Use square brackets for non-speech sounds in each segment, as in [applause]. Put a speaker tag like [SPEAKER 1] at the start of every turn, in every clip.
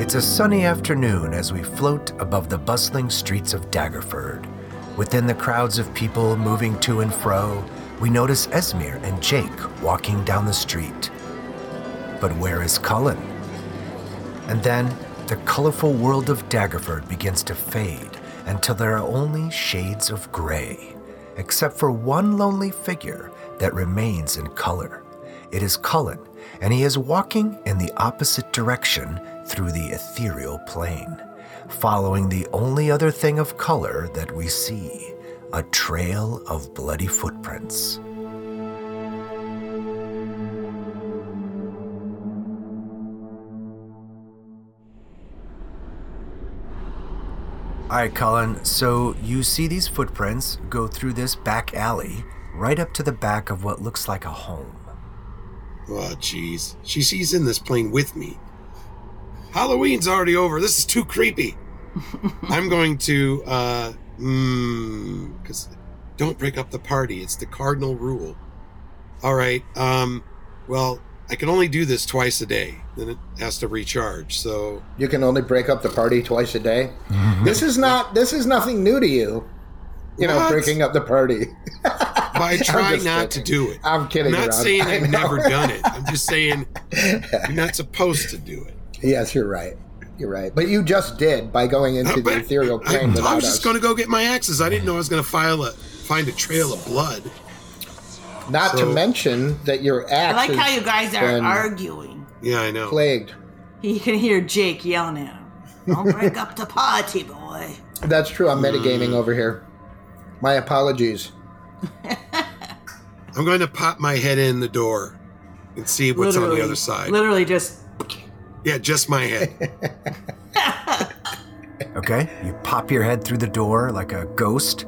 [SPEAKER 1] It's a sunny afternoon as we float above the bustling streets of Daggerford. Within the crowds of people moving to and fro, we notice Esmir and Jake walking down the street. But where is Cullen? And then the colorful world of Daggerford begins to fade until there are only shades of gray, except for one lonely figure that remains in color. It is Cullen, and he is walking in the opposite direction through the ethereal plane, following the only other thing of color that we see a trail of bloody footprints. All right, Colin, so you see these footprints go through this back alley right up to the back of what looks like a home.
[SPEAKER 2] Oh, jeez. She sees in this plane with me. Halloween's already over. This is too
[SPEAKER 3] [laughs]
[SPEAKER 2] creepy. I'm going to, uh, mm, because don't break up the party. It's the cardinal rule. All right. Um, well, I can only do this twice a day. Then it has to recharge. So,
[SPEAKER 3] You can only break up the party twice a day. This is not. This is nothing new to you. You know,
[SPEAKER 2] What?
[SPEAKER 3] breaking up the party. [laughs]
[SPEAKER 2] but I try
[SPEAKER 3] just
[SPEAKER 2] not
[SPEAKER 3] kidding.
[SPEAKER 2] to do it.
[SPEAKER 3] I'm kidding.
[SPEAKER 2] I'm not
[SPEAKER 3] Rob.
[SPEAKER 2] saying
[SPEAKER 3] [laughs] I
[SPEAKER 2] I've
[SPEAKER 3] know.
[SPEAKER 2] never done it. I'm just
[SPEAKER 3] [laughs]
[SPEAKER 2] saying you're not supposed to do it.
[SPEAKER 3] yes, you're right. You're right. But you just did by going into the
[SPEAKER 2] But
[SPEAKER 3] ethereal
[SPEAKER 2] I,
[SPEAKER 3] plane without
[SPEAKER 2] I was
[SPEAKER 3] us.
[SPEAKER 2] just going to go get my axes. I didn't know I was going to file a find a trail of blood.
[SPEAKER 3] Not to
[SPEAKER 2] so-
[SPEAKER 3] mention that your
[SPEAKER 4] I
[SPEAKER 3] axe
[SPEAKER 4] like how
[SPEAKER 3] is
[SPEAKER 4] you guys are
[SPEAKER 3] been
[SPEAKER 4] arguing.
[SPEAKER 2] Yeah, I know.
[SPEAKER 3] plagued.
[SPEAKER 4] You can hear Jake yelling at him. Don't break up the party, boy.
[SPEAKER 3] That's true. I'm metagaming over here. My apologies.
[SPEAKER 2] I'm going to pop my head in the door and see what's on the other side.
[SPEAKER 4] Literally just
[SPEAKER 2] Yeah, just my
[SPEAKER 3] [laughs]
[SPEAKER 2] head.
[SPEAKER 1] Okay, you pop your head through the door like a ghost,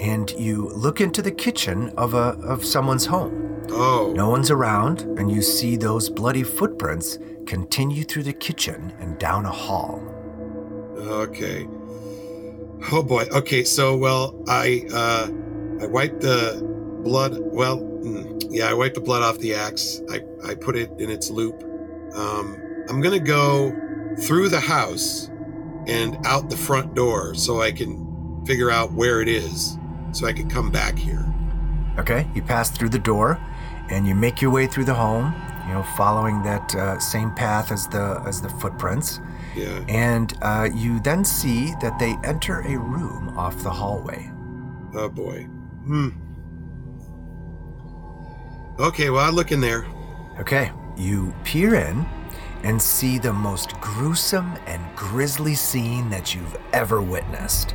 [SPEAKER 1] and you look into the kitchen of a of someone's home.
[SPEAKER 2] Oh,
[SPEAKER 1] No one's around, and you see those bloody footprints continue through the kitchen and down a hall.
[SPEAKER 2] okay. Oh boy. Okay, so well, I uh, I wiped the blood. Well, mm, yeah, I wiped the blood off the axe. I I put it in its loop. Um, I'm gonna go through the house and out the front door so I can figure out where it is, so I can come back here.
[SPEAKER 1] Okay, you pass through the door, and you make your way through the home. You know, following that uh, same path as the as the footprints.
[SPEAKER 2] Yeah.
[SPEAKER 1] And uh, you then see that they enter a room off the hallway.
[SPEAKER 2] Oh boy. Hmm. Okay, well I look in there.
[SPEAKER 1] Okay, you peer in and see the most gruesome and grisly scene that you've ever witnessed.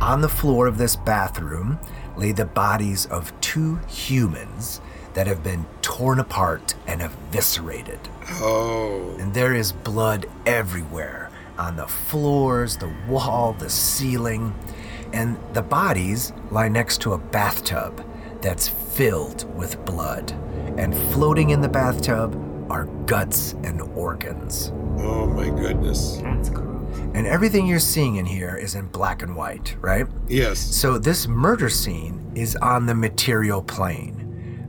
[SPEAKER 1] On the floor of this bathroom lay the bodies of two humans that have been torn apart and eviscerated.
[SPEAKER 2] Oh.
[SPEAKER 1] And there is blood everywhere on the floors, the wall, the ceiling. And the bodies lie next to a bathtub that's filled with blood. And floating in the bathtub are guts and organs.
[SPEAKER 2] Oh my goodness.
[SPEAKER 4] that's gross.
[SPEAKER 1] And everything you're seeing in here is in black and white, right?
[SPEAKER 2] Yes.
[SPEAKER 1] So this murder scene is on the material plane.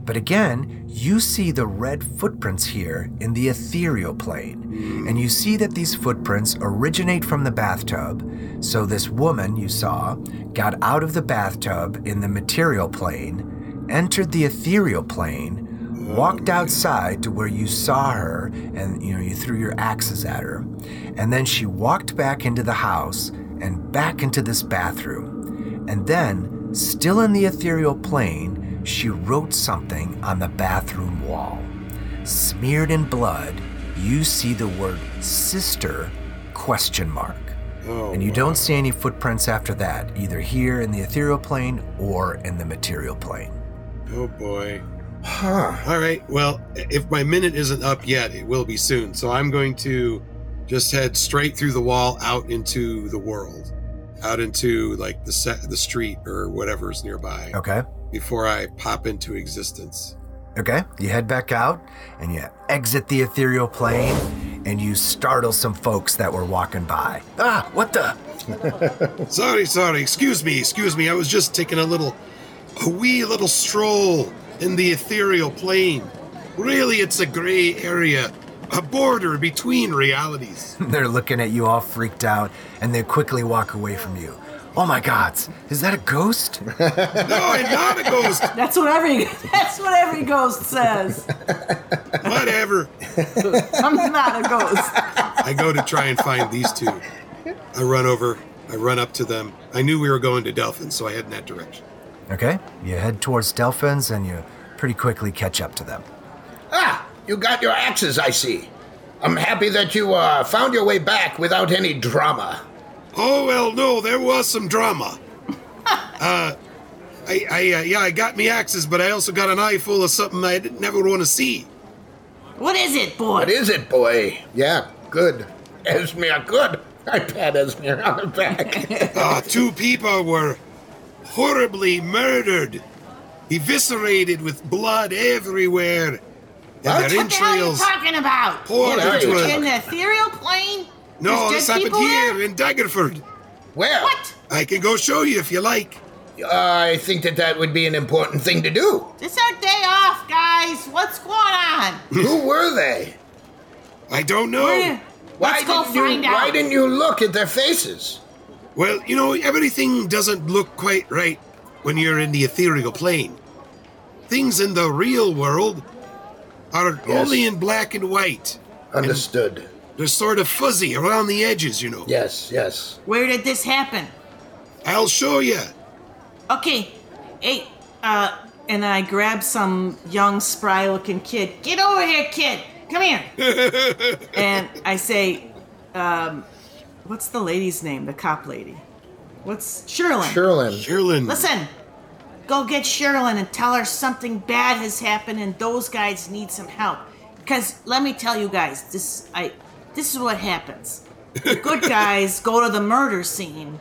[SPEAKER 1] But again, you see the red footprints here in the ethereal plane. And you see that these footprints originate from the bathtub. So this woman you saw got out of the bathtub in the material plane, entered the ethereal plane, walked outside to where you saw her and you know you threw your axes at her. And then she walked back into the house and back into this bathroom. And then, still in the ethereal plane, she wrote something on the bathroom wall. Smeared in blood, you see the word sister question mark.
[SPEAKER 2] Oh.
[SPEAKER 1] And you don't see any footprints after that, either here in the ethereal plane or in the material plane.
[SPEAKER 2] Oh boy.
[SPEAKER 3] Huh.
[SPEAKER 2] All right. Well, if my minute isn't up yet, it will be soon. So I'm going to Just head straight through the wall out into the world, out into like the set, the street or whatever's nearby.
[SPEAKER 1] Okay.
[SPEAKER 2] Before I pop into existence.
[SPEAKER 1] Okay. You head back out and you exit the ethereal plane and you startle some folks that were walking by. Ah, what the?
[SPEAKER 2] Sorry, sorry. Excuse me, excuse me. I was just taking a little, a wee little stroll in the ethereal plane. Really, it's a gray area, a border between
[SPEAKER 1] [laughs]
[SPEAKER 2] realities.
[SPEAKER 1] They're looking at you all freaked out and they quickly walk away from you. Oh my gods, is that a ghost?
[SPEAKER 2] No, I'm not a ghost.
[SPEAKER 4] That's what every [laughs] that's what every ghost says.
[SPEAKER 2] Whatever.
[SPEAKER 4] I'm not a ghost.
[SPEAKER 2] I go to try and find these two. I run over. I run up to them. I knew we were going to Delphin, so I head in that direction.
[SPEAKER 1] Okay. You head towards Delphins and you pretty quickly catch up to them.
[SPEAKER 3] Ah, you got your axes, I see. I'm happy that you uh, found your way back without any drama.
[SPEAKER 2] Oh well, no, there was some drama. uh, I, I, uh, yeah, I got me axes, but I also got an eye full of something I didn't, never want to see.
[SPEAKER 4] What is it, boy?
[SPEAKER 3] What is it, boy? Yeah, good. Esmir, good. I pat Esmir on the back. [laughs]
[SPEAKER 2] Uh, two people were horribly murdered, eviscerated with blood everywhere, and their
[SPEAKER 3] What?
[SPEAKER 4] What the hell are you
[SPEAKER 2] entrails
[SPEAKER 4] talking about?
[SPEAKER 2] poured
[SPEAKER 3] Yeah,
[SPEAKER 2] into
[SPEAKER 3] right.
[SPEAKER 4] In
[SPEAKER 2] it.
[SPEAKER 4] the ethereal plane?
[SPEAKER 2] No, this
[SPEAKER 4] There's dead
[SPEAKER 2] happened
[SPEAKER 4] people
[SPEAKER 2] here
[SPEAKER 4] there?
[SPEAKER 2] in Daggerford.
[SPEAKER 3] Where?
[SPEAKER 4] What?
[SPEAKER 2] I can go show you if you like.
[SPEAKER 3] Uh, I think that that would be an important thing to do.
[SPEAKER 4] It's our day off, guys. What's going on?
[SPEAKER 3] [laughs] Who were they?
[SPEAKER 2] I don't know.
[SPEAKER 4] We're- Let's go
[SPEAKER 3] didn't
[SPEAKER 4] find
[SPEAKER 3] you,
[SPEAKER 4] out.
[SPEAKER 3] Why didn't you look at their faces?
[SPEAKER 2] Well, you know, everything doesn't look quite right when you're in the ethereal plane. Things in the real world are only in black and white.
[SPEAKER 3] Understood.
[SPEAKER 2] They're sort of fuzzy around the edges, you know.
[SPEAKER 3] Yes, yes.
[SPEAKER 4] Where did this happen?
[SPEAKER 2] I'll show you.
[SPEAKER 4] Okay. Hey, uh, and I grab some young, spry looking kid. Get over here, kid. Come here. and I say, um, what's the lady's name? The cop lady. What's Shirley?
[SPEAKER 3] Sherlin.
[SPEAKER 2] Sherilyn.
[SPEAKER 4] Listen, go get Sherilyn and tell her something bad has happened and those guys need some help. Because let me tell you guys, this I this is what happens. The good guys go to the murder scene,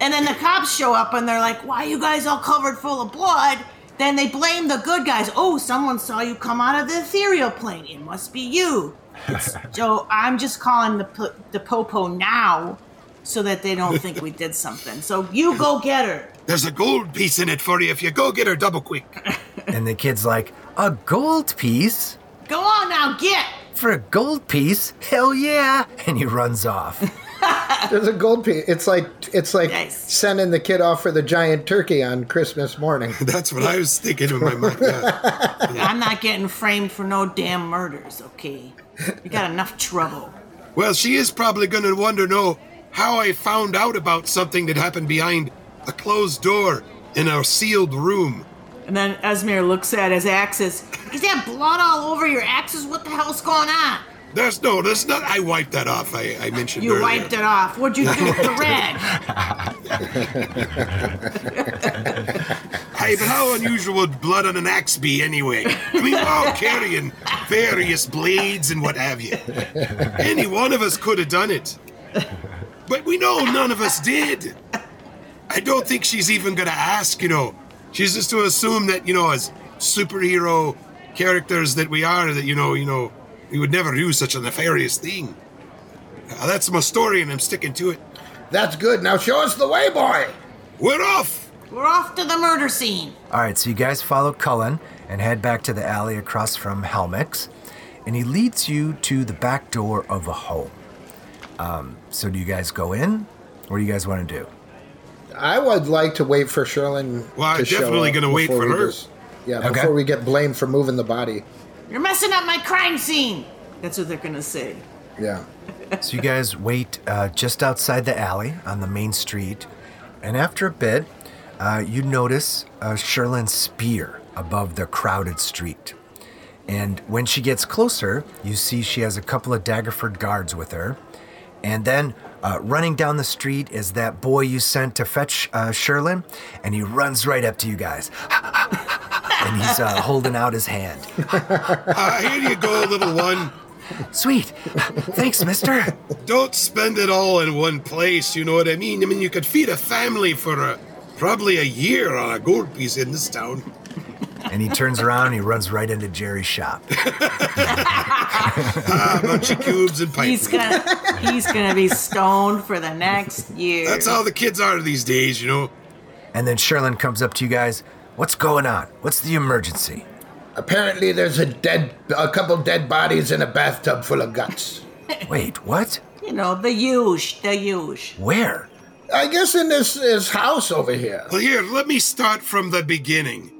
[SPEAKER 4] and then the cops show up and they're like, "Why are you guys all covered full of blood?" Then they blame the good guys. Oh, someone saw you come out of the ethereal plane. It must be you. It's- so I'm just calling the po- the popo now, so that they don't think we did something. So you go get her.
[SPEAKER 2] There's a gold piece in it for you if you go get her double quick.
[SPEAKER 1] and the kid's like, A gold piece?
[SPEAKER 4] Go on now, get!
[SPEAKER 1] For a gold piece? Hell yeah! [laughs] And he runs off.
[SPEAKER 3] There's a gold piece. It's like it's like
[SPEAKER 4] Nice.
[SPEAKER 3] sending the kid off for the giant turkey on Christmas morning.
[SPEAKER 2] [laughs] That's what I was thinking in my mind. yeah.
[SPEAKER 4] I'm not getting framed for no damn murders, okay? You got enough trouble.
[SPEAKER 2] [laughs] Well, she is probably going to wonder, no, how I found out about something that happened behind a closed door in a sealed room.
[SPEAKER 4] And then Esmir looks at his axes. Is that blood all over your axes? What the hell's going on?
[SPEAKER 2] There's no, there's not. I wiped that off. I, I mentioned
[SPEAKER 4] You
[SPEAKER 2] earlier.
[SPEAKER 4] wiped it off. What'd you do
[SPEAKER 2] [laughs]
[SPEAKER 4] with the red?
[SPEAKER 2] Hey, but how unusual would blood on an axe be anyway? I mean, we're all carrying various blades and what have you. Any one of us could have done it. But we know none of us did. I don't think she's even going to ask, you know. She's just to assume that, you know, as superhero characters that we are, that, you know, you know, we would never do such a nefarious thing. Uh, that's my story, and I'm sticking to it.
[SPEAKER 3] [laughs] That's good. Now show us the way, boy.
[SPEAKER 2] We're off!
[SPEAKER 4] We're off to the murder scene.
[SPEAKER 1] All right, so you guys follow Cullen and head back to the alley across from Helmix, and he leads you to the back door of a home. Um, so do you guys go in? What do you guys want to do?
[SPEAKER 3] I would like to wait for Sherlin.
[SPEAKER 2] Well, I'm
[SPEAKER 3] to show
[SPEAKER 2] definitely
[SPEAKER 3] up
[SPEAKER 2] gonna wait
[SPEAKER 3] before
[SPEAKER 2] for
[SPEAKER 3] we
[SPEAKER 2] her.
[SPEAKER 3] just- yeah,
[SPEAKER 1] Okay.
[SPEAKER 3] before we get blamed for moving the body.
[SPEAKER 4] You're messing up my crime scene. That's what they're gonna say.
[SPEAKER 3] Yeah.
[SPEAKER 1] So you guys wait uh, just outside the alley on the main street, and after a bit, uh, you notice uh, Sherlin's spear above the crowded street. And when she gets closer, you see she has a couple of Daggerford guards with her. And then uh, running down the street is that boy you sent to fetch uh, Sherlin, and he runs right up to you guys. [laughs] and he's uh, holding out his hand.
[SPEAKER 2] Uh, here you Ah, go, little one.
[SPEAKER 1] Sweet. Thanks, mister.
[SPEAKER 2] don't spend it all in one place. You know what I mean? I mean, you could feed a family for a, probably a year on a gold piece in this town.
[SPEAKER 1] And he turns around and he runs right into Jerry's shop.
[SPEAKER 2] Ah, bunch
[SPEAKER 4] [laughs]
[SPEAKER 2] of cubes and
[SPEAKER 4] He's
[SPEAKER 2] pipes.
[SPEAKER 4] gonna he's gonna be stoned for the next year.
[SPEAKER 2] That's how the kids are these days, you know.
[SPEAKER 1] And then Sherlin comes up to you guys. What's going on? What's the emergency?
[SPEAKER 3] Apparently, there's a dead, a couple dead bodies in a bathtub full of guts.
[SPEAKER 1] Wait, what?
[SPEAKER 4] You know, the huge, the huge.
[SPEAKER 1] Where?
[SPEAKER 3] I guess in this this house over here.
[SPEAKER 2] Well, here, let me start from the beginning.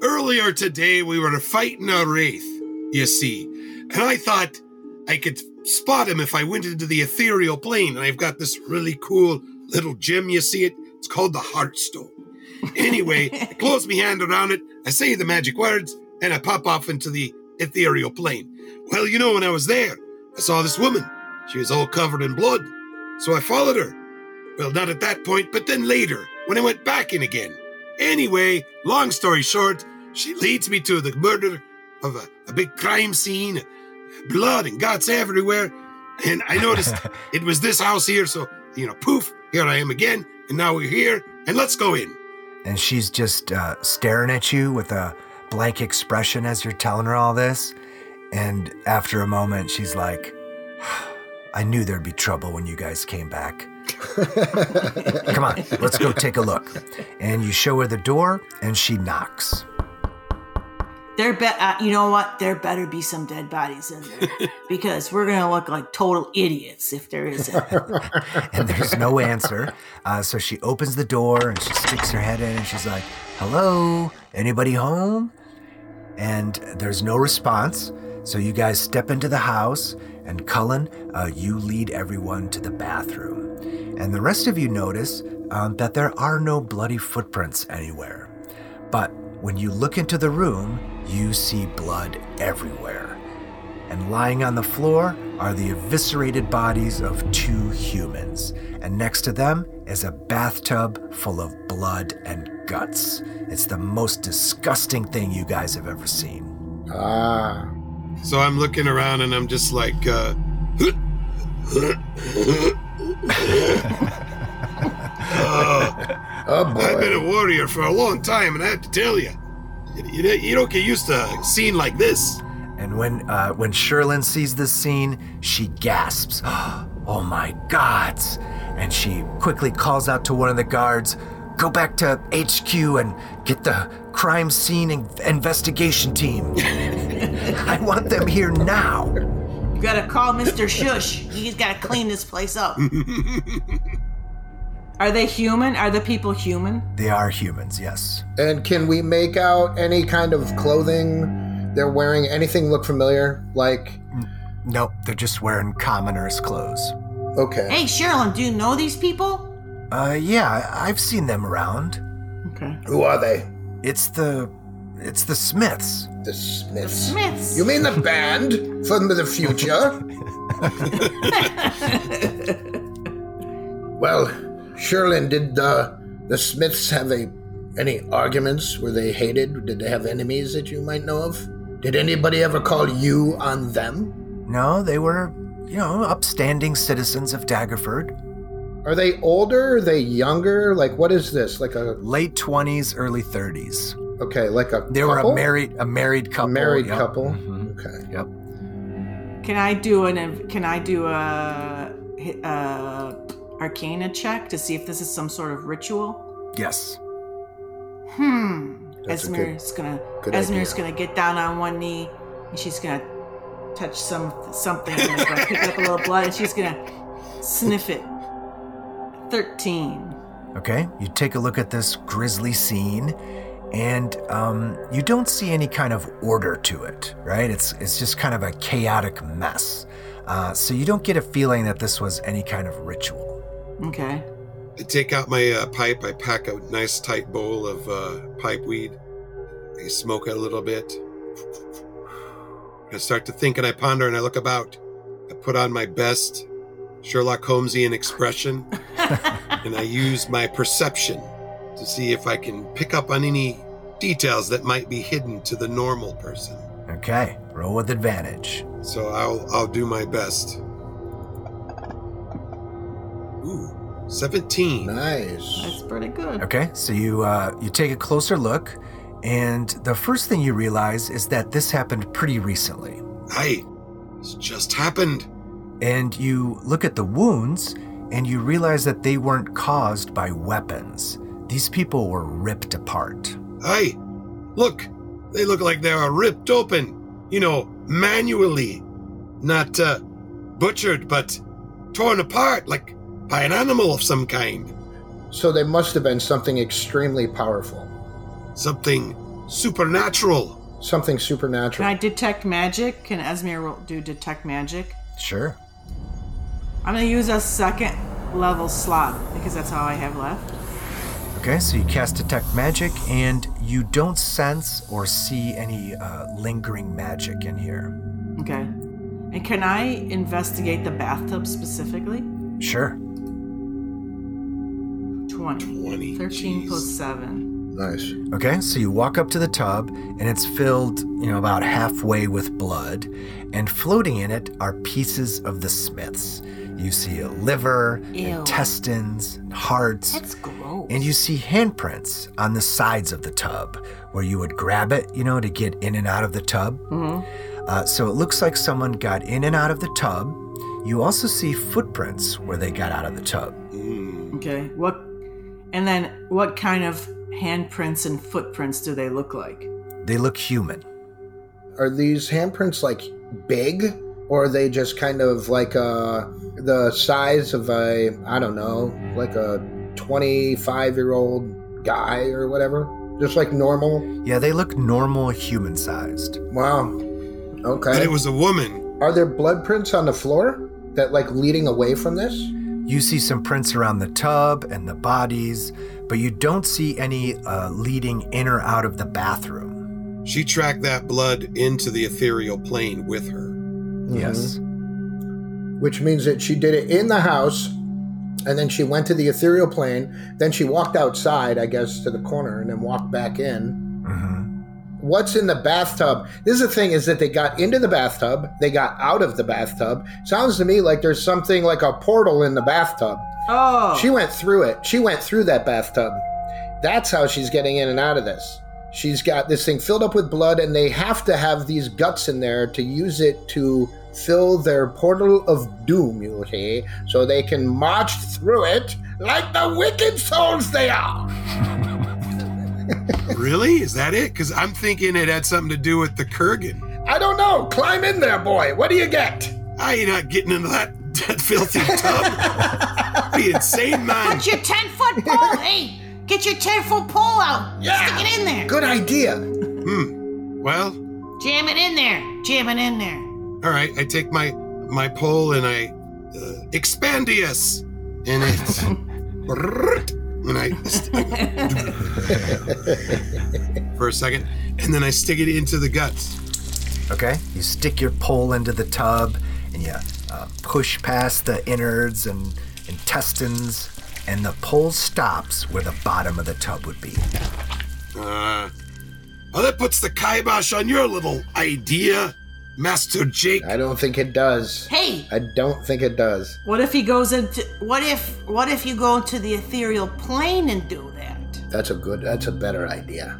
[SPEAKER 2] Earlier today, we were fighting a wraith, you see, and I thought I could spot him if I went into the ethereal plane. And I've got this really cool little gem, you see it? It's called the Heartstone. Anyway, I close my hand around it, I say the magic words, and I pop off into the ethereal plane. Well, you know, when I was there, I saw this woman. She was all covered in blood, so I followed her. Well, not at that point, but then later, when I went back in again. Anyway, long story short, she leads me to the murder of a, a big crime scene, blood and guts everywhere. And I noticed it was this house here, so, you know, poof, here I am again, and now we're here, and let's go in.
[SPEAKER 1] And she's just uh, staring at you with a blank expression as you're telling her all this. And after a moment, she's like, I knew there'd be trouble when you guys came back. Come on, let's go take a look. And you show her the door, and she knocks.
[SPEAKER 4] There be- uh, you know what? There better be some dead bodies in there because we're gonna look like total idiots if there isn't.
[SPEAKER 1] and there's no answer. Uh, so she opens the door and she sticks her head in and she's like, "Hello, anybody home?" And there's no response. So you guys step into the house, and Cullen, uh, you lead everyone to the bathroom, and the rest of you notice um, that there are no bloody footprints anywhere. But when you look into the room, you see blood everywhere. And lying on the floor are the eviscerated bodies of two humans. And next to them is a bathtub full of blood and guts. It's the most disgusting thing you guys have ever seen.
[SPEAKER 3] Ah,
[SPEAKER 2] So I'm looking around and I'm just like, uh,
[SPEAKER 3] oh
[SPEAKER 2] I've been a
[SPEAKER 3] boy.
[SPEAKER 2] warrior for a long time, and I have to tell you, you, you don't get used to a scene like this.
[SPEAKER 1] And when uh, when Sherlin sees this scene, she gasps, [gasps] "Oh my God!" And she quickly calls out to one of the guards, "Go back to HQ and get the crime scene in- investigation team. [laughs] I want them here now."
[SPEAKER 4] You gotta call Mr. Shush. He's gotta clean this place up. Are they human? Are the people human?
[SPEAKER 1] They are humans, yes.
[SPEAKER 3] And can we make out any kind of clothing they're wearing? Anything look familiar? Like,
[SPEAKER 1] Nope, they're just wearing commoners' clothes.
[SPEAKER 3] okay.
[SPEAKER 4] Hey, Sherilyn, do you know these people?
[SPEAKER 1] Uh, yeah, I've seen them around.
[SPEAKER 4] Okay.
[SPEAKER 3] Who are they?
[SPEAKER 1] It's the, it's the Smiths.
[SPEAKER 3] The Smiths.
[SPEAKER 4] Smiths.
[SPEAKER 3] You mean the band from the future? well, Sherlin, did the the Smiths have a any arguments? Were they hated? Did they have enemies that you might know of? Did anybody ever call you on them?
[SPEAKER 1] No, they were, you know, upstanding citizens of Daggerford.
[SPEAKER 3] Are they older? Are they younger? Like what is this? Like a
[SPEAKER 1] Late twenties, early thirties.
[SPEAKER 3] okay, like a
[SPEAKER 1] They were
[SPEAKER 3] couple?
[SPEAKER 1] a married, a married couple.
[SPEAKER 3] married
[SPEAKER 1] yep.
[SPEAKER 3] couple.
[SPEAKER 1] Mhm,
[SPEAKER 3] Okay.
[SPEAKER 1] Yep.
[SPEAKER 4] Can I do an? Can I do a, a Arcana check to see if this is some sort of ritual?
[SPEAKER 1] Yes.
[SPEAKER 4] Hmm.
[SPEAKER 3] That's a
[SPEAKER 4] Esmer is gonna.
[SPEAKER 3] good
[SPEAKER 4] Esmer is
[SPEAKER 3] idea.
[SPEAKER 4] gonna get down on one knee, and she's gonna touch some something, and like, pick up a little blood, and she's gonna sniff it. Thirteen.
[SPEAKER 1] Okay. You take a look at this grisly scene, and um, you don't see any kind of order to it, right? It's it's just kind of a chaotic mess. Uh, so you don't get a feeling that this was any kind of ritual.
[SPEAKER 4] Okay.
[SPEAKER 2] I take out my uh, pipe. I pack a nice tight bowl of uh, pipe weed. I smoke a little bit. I start to think and I ponder and I look about. I put on my best Sherlock Holmesian expression and I use my perception to see if I can pick up on any details that might be hidden to the normal person.
[SPEAKER 1] Okay, roll with advantage.
[SPEAKER 2] So I'll I'll do my best. Ooh, 17.
[SPEAKER 3] Nice.
[SPEAKER 4] That's pretty good.
[SPEAKER 1] Okay, so you uh, you take a closer look, and the first thing you realize is that this happened pretty recently.
[SPEAKER 2] Hey, it's just happened.
[SPEAKER 1] And you look at the wounds, and you realize that they weren't caused by weapons. These people were ripped apart.
[SPEAKER 2] Hey, look, they look like they are ripped open, you know, manually, not uh, butchered, but torn apart like by an animal of some kind.
[SPEAKER 3] So they must have been something extremely powerful,
[SPEAKER 2] Something supernatural.
[SPEAKER 3] something
[SPEAKER 4] Can
[SPEAKER 3] supernatural.
[SPEAKER 4] I detect magic? Can Esmir roll- do detect magic?
[SPEAKER 1] Sure.
[SPEAKER 4] I'm gonna use a second level slot because that's all I have left.
[SPEAKER 1] Okay, so you cast Detect Magic, and you don't sense or see any uh, lingering magic in here.
[SPEAKER 4] Okay. And can I investigate the bathtub specifically?
[SPEAKER 1] Sure.
[SPEAKER 4] 20.
[SPEAKER 2] 20.
[SPEAKER 4] 13 plus 7.
[SPEAKER 3] nice.
[SPEAKER 1] Okay, so you walk up to the tub, and it's filled, you know, about halfway with blood, and floating in it are pieces of the Smiths. You see a liver,
[SPEAKER 4] Ew.
[SPEAKER 1] intestines, and hearts,
[SPEAKER 4] gross.
[SPEAKER 1] and you see handprints on the sides of the tub where you would grab it, you know, to get in and out of the tub.
[SPEAKER 4] Mm-hmm.
[SPEAKER 1] Uh, so it looks like someone got in and out of the tub. You also see footprints where they got out of the tub.
[SPEAKER 4] Okay. What? And then what kind of handprints and footprints do they look like?
[SPEAKER 1] They look human.
[SPEAKER 3] Are these handprints like big, or are they just kind of like uh, the size of a I don't know, like a twenty-five-year-old guy or whatever? Just like normal.
[SPEAKER 1] Yeah, they look normal human sized.
[SPEAKER 3] Wow.
[SPEAKER 2] And
[SPEAKER 3] Okay.
[SPEAKER 2] it was a woman.
[SPEAKER 3] Are there blood prints on the floor that like leading away from this?
[SPEAKER 1] You see some prints around the tub and the bodies, but you don't see any uh, leading in or out of the bathroom.
[SPEAKER 2] She tracked that blood into the ethereal plane with her.
[SPEAKER 1] Yes.
[SPEAKER 3] which means that she did it in the house and then she went to the ethereal plane then she walked outside i guess to the corner and then walked back in
[SPEAKER 1] hmm
[SPEAKER 3] what's in the bathtub this is the thing is that they got into the bathtub they got out of the bathtub sounds to me like there's something like a portal in the bathtub
[SPEAKER 4] Oh. [laughs]
[SPEAKER 3] she went through it she went through that bathtub that's how she's getting in and out of this she's got this thing filled up with blood and they have to have these guts in there to use it to fill their portal of doom you see so they can march through it like the wicked souls they are
[SPEAKER 2] really? Is that it? Because I'm thinking it had something to do with the Kurgan.
[SPEAKER 3] i don't know climb in there boy what do you get
[SPEAKER 2] I ain't not getting into that, that filthy tub. the insane man.
[SPEAKER 4] Put your 10 foot pole.
[SPEAKER 3] [laughs]
[SPEAKER 4] hey, get your 10 foot pole out.
[SPEAKER 3] Yeah.
[SPEAKER 4] Stick it in there.
[SPEAKER 3] good idea
[SPEAKER 2] Hmm. Well,
[SPEAKER 4] Jam it in there. Jam it in there.
[SPEAKER 2] All right, I take my my pole and I uh, expandius [laughs] and it and I [laughs] for a second and then I stick it into the guts.
[SPEAKER 1] Okay. You stick your pole into the tub and you uh, push past the innards and intestines, and the pole stops where the bottom of the tub would be.
[SPEAKER 2] Uh, oh, that puts the kibosh on your little idea, Master Jake.
[SPEAKER 3] i don't think it does
[SPEAKER 4] Hey,
[SPEAKER 3] i don't think it does
[SPEAKER 4] what if he goes into. What if. What if you go into the ethereal plane and do that?
[SPEAKER 3] that's a good that's a better idea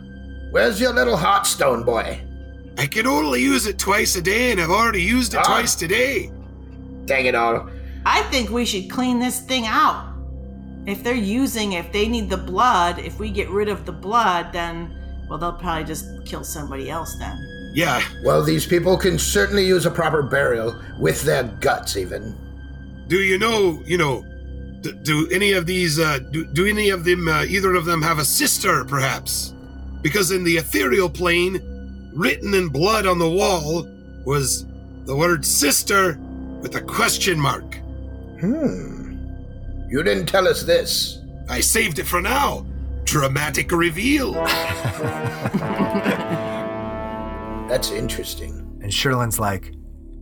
[SPEAKER 3] where's your little heartstone boy
[SPEAKER 2] I can only use it twice a day, and I've already used it
[SPEAKER 3] Ah.
[SPEAKER 2] twice today.
[SPEAKER 3] dang it all
[SPEAKER 4] I think we should clean this thing out. If they're using, if they need the blood, if we get rid of the blood, then, well, they'll probably just kill somebody else then.
[SPEAKER 2] Yeah,
[SPEAKER 3] Well, these people can certainly use a proper burial with their guts, even.
[SPEAKER 2] Do you know, you know, do, do any of these, uh, do, do any of them, uh, either of them have a sister, perhaps? Because in the ethereal plane, written in blood on the wall was the word sister with a question mark.
[SPEAKER 3] Hmm. You didn't tell us this.
[SPEAKER 2] I saved it for now. Dramatic reveal.
[SPEAKER 3] That's interesting.
[SPEAKER 1] And Sherlin's like,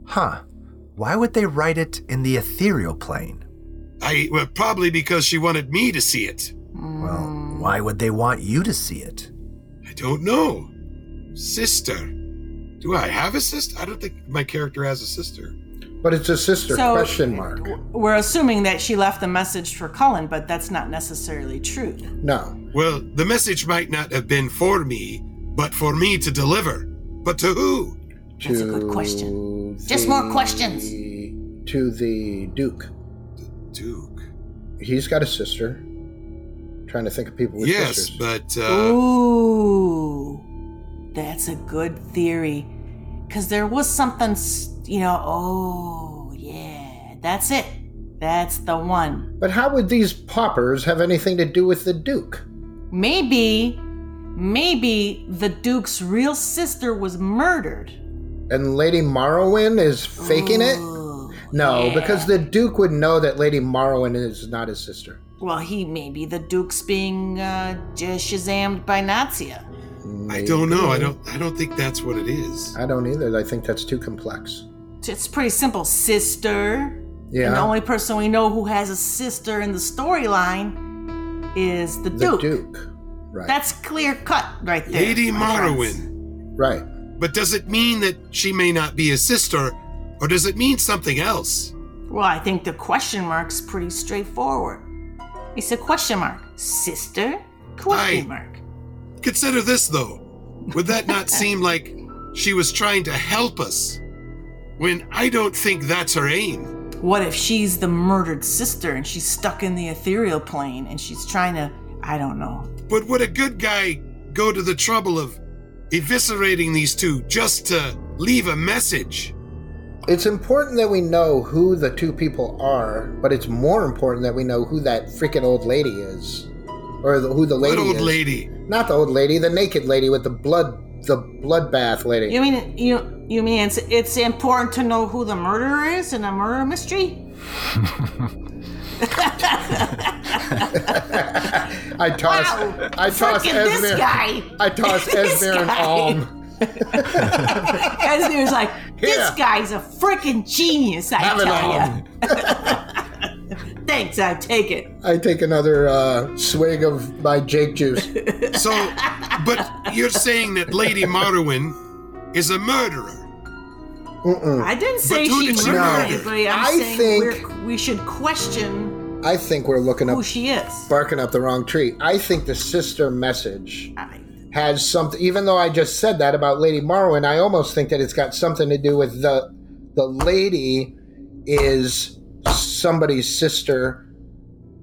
[SPEAKER 1] huh, why would they write it in the ethereal plane?
[SPEAKER 2] I, well, probably because she wanted me to see it.
[SPEAKER 1] Well,
[SPEAKER 2] Mm.
[SPEAKER 1] why would they want you to see it?
[SPEAKER 2] I don't know. Sister. Do I have a sister? I don't think my character has a sister.
[SPEAKER 3] But it's a sister
[SPEAKER 4] So-
[SPEAKER 3] question mark.
[SPEAKER 4] We're assuming that she left a message for Cullen, but that's not necessarily true.
[SPEAKER 3] No.
[SPEAKER 2] Well, the message might not have been for me, but for me to deliver. But to who?
[SPEAKER 4] That's a good question.
[SPEAKER 3] To
[SPEAKER 4] Just more
[SPEAKER 3] the-
[SPEAKER 4] questions.
[SPEAKER 3] To the Duke.
[SPEAKER 2] Duke.
[SPEAKER 3] He's got a sister. trying to think of people with
[SPEAKER 2] yes,
[SPEAKER 3] sisters.
[SPEAKER 2] but uh,
[SPEAKER 4] Ooh, that's a good theory. Because there was something, s- you know, oh, yeah, that's it. That's the one.
[SPEAKER 3] But how would these paupers have anything to do with the Duke?
[SPEAKER 4] Maybe, maybe the Duke's real sister was murdered.
[SPEAKER 3] And Lady Morrowind is faking it?
[SPEAKER 4] Ooh,
[SPEAKER 3] No,
[SPEAKER 4] Oh, yeah.
[SPEAKER 3] because the Duke would know that Lady Morrowind is not his sister.
[SPEAKER 4] Well, he maybe the Duke's being uh, j- shazammed by Nazia.
[SPEAKER 2] I don't know. I don't. I don't think that's what it is.
[SPEAKER 3] I don't either. I think that's too complex.
[SPEAKER 4] It's pretty simple, sister.
[SPEAKER 3] Yeah.
[SPEAKER 4] And the only person we know who has a sister in the storyline is the,
[SPEAKER 3] the
[SPEAKER 4] Duke.
[SPEAKER 3] Duke. Right.
[SPEAKER 4] That's clear cut right there.
[SPEAKER 2] Lady
[SPEAKER 4] my friends.
[SPEAKER 2] Morrowind.
[SPEAKER 3] right.
[SPEAKER 2] But does it mean that she may not be a sister, or does it mean something else?
[SPEAKER 4] Well, I think the question mark's pretty straightforward. It's a question mark. Sister? Question
[SPEAKER 2] Aye.
[SPEAKER 4] mark.
[SPEAKER 2] Consider this though. Would that
[SPEAKER 3] [laughs]
[SPEAKER 2] not seem like she was trying to help us? When I don't think that's her aim.
[SPEAKER 4] What if she's the murdered sister and she's stuck in the ethereal plane and she's trying to. I don't know.
[SPEAKER 2] But would a good guy go to the trouble of eviscerating these two just to leave a message?
[SPEAKER 3] It's important that we know who the two people are, but it's more important that we know who that freaking old lady is, or the, who the
[SPEAKER 2] What
[SPEAKER 3] lady
[SPEAKER 2] old
[SPEAKER 3] is.
[SPEAKER 2] lady?
[SPEAKER 3] Not the old lady, the naked lady with the blood, the bloodbath lady.
[SPEAKER 4] You mean you you mean it's, it's important to know who the murderer is in a murder mystery?
[SPEAKER 3] I toss,
[SPEAKER 4] Wow.
[SPEAKER 3] I toss
[SPEAKER 4] Freaking this
[SPEAKER 3] Esmer,
[SPEAKER 4] guy.
[SPEAKER 3] I toss
[SPEAKER 4] [laughs] This
[SPEAKER 3] Esmer an
[SPEAKER 4] guy. [laughs]
[SPEAKER 3] alm.
[SPEAKER 4] Because he was like, this
[SPEAKER 3] Yeah.
[SPEAKER 4] guy's a freaking genius, I
[SPEAKER 3] Have an
[SPEAKER 4] tell
[SPEAKER 3] alm.
[SPEAKER 4] you. [laughs] Thanks, I take it.
[SPEAKER 3] I take another uh, swig of my Jake juice.
[SPEAKER 2] So,
[SPEAKER 3] [laughs]
[SPEAKER 2] but you're saying that Lady Morrowind is a murderer.
[SPEAKER 4] I didn't say
[SPEAKER 2] But who
[SPEAKER 4] she
[SPEAKER 2] did she
[SPEAKER 4] murdered
[SPEAKER 2] murder?
[SPEAKER 4] anybody. I'm
[SPEAKER 3] I
[SPEAKER 4] saying
[SPEAKER 3] think-
[SPEAKER 4] we're, we should question
[SPEAKER 3] I think we're looking up,
[SPEAKER 4] who she is.
[SPEAKER 3] barking up the wrong tree. I think the sister message
[SPEAKER 4] I-
[SPEAKER 3] has something. Even though I just said that about Lady Morrowind, I almost think that it's got something to do with the the lady is somebody's sister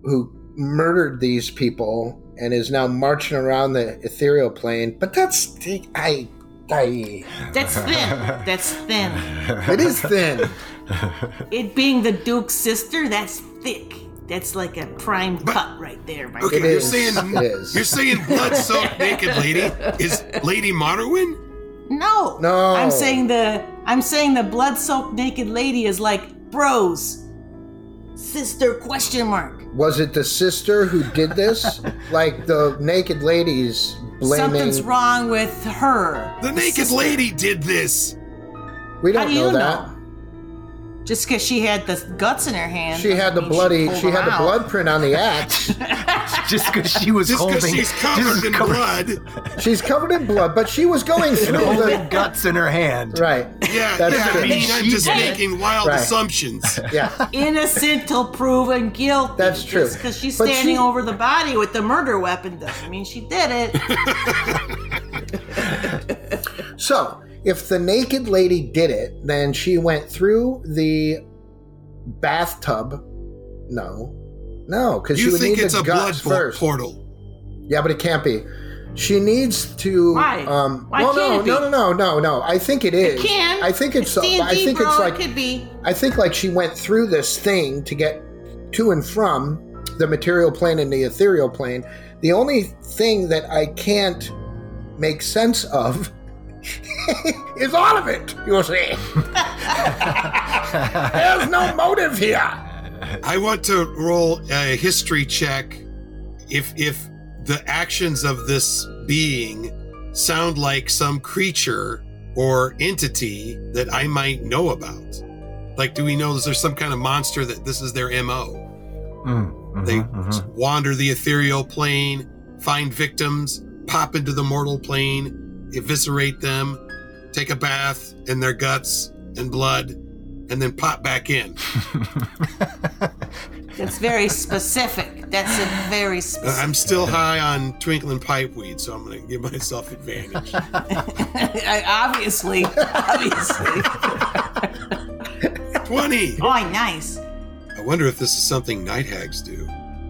[SPEAKER 3] who murdered these people and is now marching around the ethereal plane. But that's I. I
[SPEAKER 4] That's
[SPEAKER 3] [laughs]
[SPEAKER 4] thin. That's thin.
[SPEAKER 3] it is
[SPEAKER 4] [laughs]
[SPEAKER 3] thin.
[SPEAKER 4] It being the Duke's sister, that's thick. That's like a prime cut right there. My
[SPEAKER 2] Okay,
[SPEAKER 3] It
[SPEAKER 4] friend.
[SPEAKER 2] you're
[SPEAKER 3] is,
[SPEAKER 2] saying
[SPEAKER 3] it is.
[SPEAKER 2] you're saying
[SPEAKER 3] [laughs]
[SPEAKER 2] blood-soaked naked lady is Lady Morrowind?
[SPEAKER 4] No.
[SPEAKER 3] No.
[SPEAKER 4] I'm saying the I'm saying the blood-soaked naked lady is like bros. Sister question mark.
[SPEAKER 3] Was it the sister who did
[SPEAKER 4] [laughs]
[SPEAKER 3] this? like the naked ladies blaming.
[SPEAKER 4] Something's wrong with her.
[SPEAKER 2] The naked
[SPEAKER 4] sister.
[SPEAKER 2] lady did this.
[SPEAKER 3] We
[SPEAKER 4] How
[SPEAKER 3] don't
[SPEAKER 4] do you
[SPEAKER 3] know
[SPEAKER 4] know?
[SPEAKER 3] that.
[SPEAKER 4] Just because she had the guts in her hand.
[SPEAKER 3] She had the
[SPEAKER 4] doesn't mean
[SPEAKER 3] bloody.
[SPEAKER 4] pulled
[SPEAKER 3] She
[SPEAKER 4] them
[SPEAKER 3] had the
[SPEAKER 4] out.
[SPEAKER 3] blood print on the
[SPEAKER 4] [laughs]
[SPEAKER 3] axe.
[SPEAKER 1] [laughs] just because she was
[SPEAKER 2] Just
[SPEAKER 1] holding,
[SPEAKER 2] because
[SPEAKER 1] [laughs]
[SPEAKER 2] she's covered
[SPEAKER 1] just
[SPEAKER 2] in
[SPEAKER 1] covered-
[SPEAKER 2] blood.
[SPEAKER 3] She's covered in blood, but she was going through
[SPEAKER 1] holding
[SPEAKER 3] the
[SPEAKER 1] guts in her hand. [laughs]
[SPEAKER 3] [laughs] right.
[SPEAKER 2] Yeah,
[SPEAKER 3] That's
[SPEAKER 2] yeah. I
[SPEAKER 3] true.
[SPEAKER 2] mean, I'm
[SPEAKER 1] She
[SPEAKER 2] just
[SPEAKER 1] did it.
[SPEAKER 2] making wild
[SPEAKER 3] Right.
[SPEAKER 1] [laughs]
[SPEAKER 2] assumptions.
[SPEAKER 3] Yeah,
[SPEAKER 4] Innocent till proven guilty.
[SPEAKER 3] That's true.
[SPEAKER 4] Because she's
[SPEAKER 3] But
[SPEAKER 4] standing
[SPEAKER 3] she-
[SPEAKER 4] over the body with the murder weapon doesn't mean she did
[SPEAKER 3] [laughs]
[SPEAKER 4] it.
[SPEAKER 3] So, if the naked lady did it, then she went through the bathtub. No, no, because she
[SPEAKER 2] You
[SPEAKER 3] would
[SPEAKER 2] think
[SPEAKER 3] need
[SPEAKER 2] it's
[SPEAKER 3] the
[SPEAKER 2] a blood
[SPEAKER 3] guts
[SPEAKER 2] po-
[SPEAKER 3] first.
[SPEAKER 2] portal?
[SPEAKER 3] Yeah, but it can't be. She needs to.
[SPEAKER 4] Why?
[SPEAKER 3] Um,
[SPEAKER 4] Why
[SPEAKER 3] well,
[SPEAKER 4] can't
[SPEAKER 3] no,
[SPEAKER 4] it be?
[SPEAKER 3] no, no, no, no, no. I think it
[SPEAKER 4] It
[SPEAKER 3] is.
[SPEAKER 4] can.
[SPEAKER 3] I think it's.
[SPEAKER 4] D&D,
[SPEAKER 3] I think
[SPEAKER 4] bro.
[SPEAKER 3] it's like.
[SPEAKER 4] it could be.
[SPEAKER 3] I think like she went through this thing to get to and from the material plane and the ethereal plane. The only thing that I can't make sense of [laughs] is all of it. You see,
[SPEAKER 1] Mm,
[SPEAKER 3] there's
[SPEAKER 5] [laughs]
[SPEAKER 3] no motive here.
[SPEAKER 2] I want to roll a history check. If if the actions of this being sound like some creature or entity that I might know about, like do we know is there some kind of monster that this is their mo?
[SPEAKER 1] Mm, mhm,
[SPEAKER 2] They
[SPEAKER 1] mhm.
[SPEAKER 2] wander the ethereal plane, find victims, pop into the mortal plane, eviscerate them, take a bath in their guts and blood, and then pop back in.
[SPEAKER 5] That's very specific. That's a very
[SPEAKER 2] [laughs] Uh,
[SPEAKER 5] specific.
[SPEAKER 2] I'm still high on twinkling pipeweed, so I'm going to give myself advantage.
[SPEAKER 4] [laughs]
[SPEAKER 5] I- obviously,
[SPEAKER 1] [laughs]
[SPEAKER 5] obviously.
[SPEAKER 2] 20!
[SPEAKER 5] Oh, nice.
[SPEAKER 2] I wonder if this is something night hags do.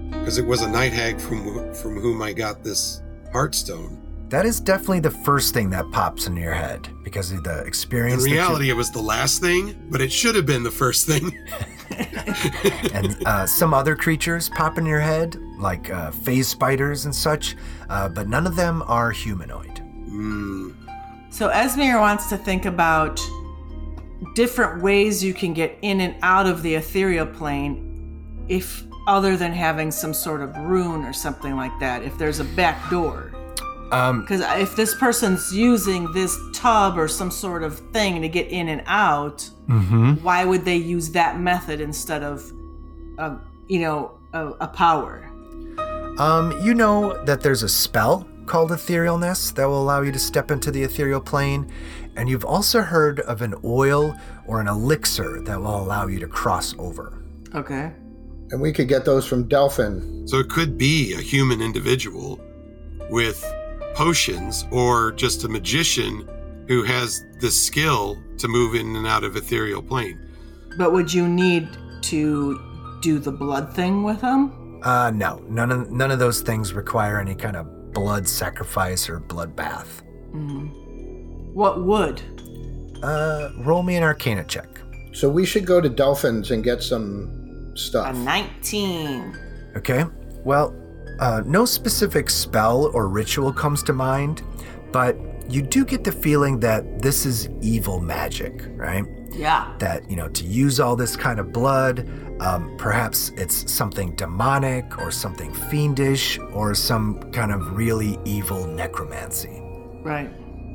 [SPEAKER 2] Because it was a night hag from, wh- from whom I got this heartstone.
[SPEAKER 1] That is definitely the first thing that pops into your head because of the
[SPEAKER 2] In
[SPEAKER 1] experience. that you-
[SPEAKER 2] reality, it was the last thing, but it should have been the first thing. [laughs]
[SPEAKER 1] and uh, some other creatures pop in your head, like uh, phase spiders and such, uh, but none of them are humanoid.
[SPEAKER 2] Mm,
[SPEAKER 4] So Esmir wants to think about different ways you can get in and out of the ethereal plane if other than having some sort of rune or something like that, if there's a back door.
[SPEAKER 1] Um,
[SPEAKER 4] Because if this person's using this tub or some sort of thing to get in and out,
[SPEAKER 1] mm-hmm.
[SPEAKER 4] why would they use that method instead of, a, you know, a, a power?
[SPEAKER 1] Um, you know that there's a spell called etherealness that will allow you to step into the ethereal plane, and you've also heard of an oil or an elixir that will allow you to cross over.
[SPEAKER 4] Okay.
[SPEAKER 3] And we could get those from Delphin.
[SPEAKER 2] so it could be a human individual with potions or just a magician who has the skill to move in and out of ethereal plane.
[SPEAKER 4] But would you need to do the blood thing with them?
[SPEAKER 1] Uh, no, none of none of those things require any kind of blood sacrifice or bloodbath.
[SPEAKER 4] What would?
[SPEAKER 1] Uh, roll me an Arcana check.
[SPEAKER 3] So we should go to Delphin's and get some
[SPEAKER 5] A
[SPEAKER 3] stuff.
[SPEAKER 5] 19.
[SPEAKER 1] Okay. Well, uh, no specific spell or ritual comes to mind, but you do get the feeling that this is evil magic, right?
[SPEAKER 5] Yeah.
[SPEAKER 1] That, you know, to use all this kind of blood, um, perhaps it's something demonic or something fiendish or some kind of really evil necromancy.
[SPEAKER 4] Right.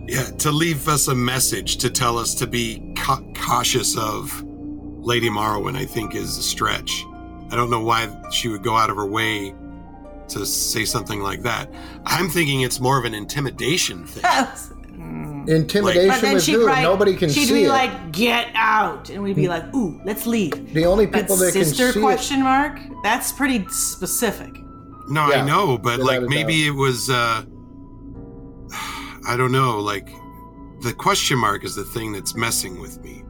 [SPEAKER 2] Yeah, to leave us a message to tell us to be ca- cautious of Lady Morrowind, I think is a stretch. I don't know why she would go out of her way to say something like that. I'm thinking it's more of an intimidation thing.
[SPEAKER 3] Mm.
[SPEAKER 5] But
[SPEAKER 3] Intimidation
[SPEAKER 5] then
[SPEAKER 3] is
[SPEAKER 5] she'd
[SPEAKER 3] new.
[SPEAKER 5] write,
[SPEAKER 3] Nobody can
[SPEAKER 5] she'd
[SPEAKER 3] see
[SPEAKER 5] be
[SPEAKER 3] it.
[SPEAKER 5] like, get out. And we'd be like, ooh, let's leave.
[SPEAKER 3] the only
[SPEAKER 4] That
[SPEAKER 3] people that can
[SPEAKER 4] sister
[SPEAKER 3] see it.
[SPEAKER 4] question mark? That's pretty specific.
[SPEAKER 2] No,
[SPEAKER 3] Yeah,
[SPEAKER 2] I know, but like
[SPEAKER 3] without a
[SPEAKER 2] maybe it was uh [sighs] I don't know, like the question mark is the thing that's messing with me.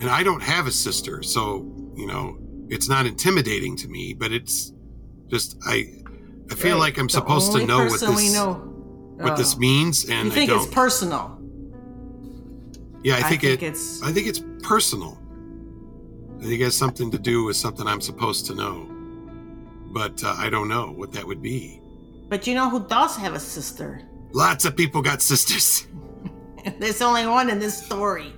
[SPEAKER 2] And I don't have a sister, so you know, it's not intimidating to me, but it's just I I feel like I'm
[SPEAKER 4] The
[SPEAKER 2] supposed to
[SPEAKER 4] only
[SPEAKER 2] know what
[SPEAKER 4] person we
[SPEAKER 2] this
[SPEAKER 4] know.
[SPEAKER 2] what
[SPEAKER 4] Oh.
[SPEAKER 2] this means and
[SPEAKER 4] You think
[SPEAKER 2] I
[SPEAKER 4] it's
[SPEAKER 2] don't.
[SPEAKER 4] personal?
[SPEAKER 2] yeah, I think, it,
[SPEAKER 4] it's
[SPEAKER 2] I think it's personal. I think it has something to do with something I'm supposed to know. But uh, I don't know what that would be.
[SPEAKER 5] But you know who does have a
[SPEAKER 4] [laughs]
[SPEAKER 5] sister?
[SPEAKER 2] Lots of people got sisters.
[SPEAKER 5] There's only one in this story.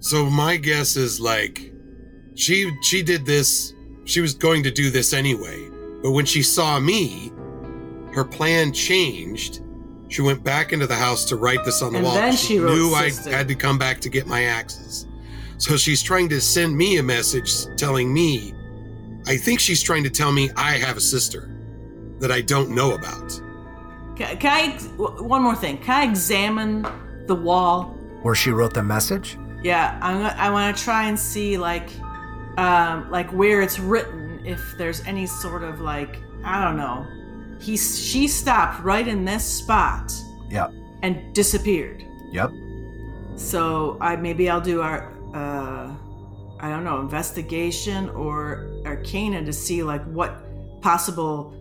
[SPEAKER 2] So my guess is like she she did this she was going to do this anyway. But when she saw me, her plan changed. She went back into the house to write this on the
[SPEAKER 4] And
[SPEAKER 2] wall.
[SPEAKER 4] then she wrote
[SPEAKER 2] knew
[SPEAKER 4] sister.
[SPEAKER 2] I had to come back to get my axes. So she's trying to send me a message telling me I think she's trying to tell me I have a sister that I don't know about.
[SPEAKER 4] Can, can I? ex- w- One more thing. Can I examine the wall?
[SPEAKER 1] Where she wrote the message?
[SPEAKER 4] Yeah, I'm. gonna- I want to try and see like, um, like where it's written. If there's any sort of like, I don't know. He. She stopped right in this spot
[SPEAKER 1] Yep.
[SPEAKER 4] and disappeared.
[SPEAKER 1] Yep.
[SPEAKER 4] So I maybe I'll do our. Uh, I don't know investigation or arcana to see like what possible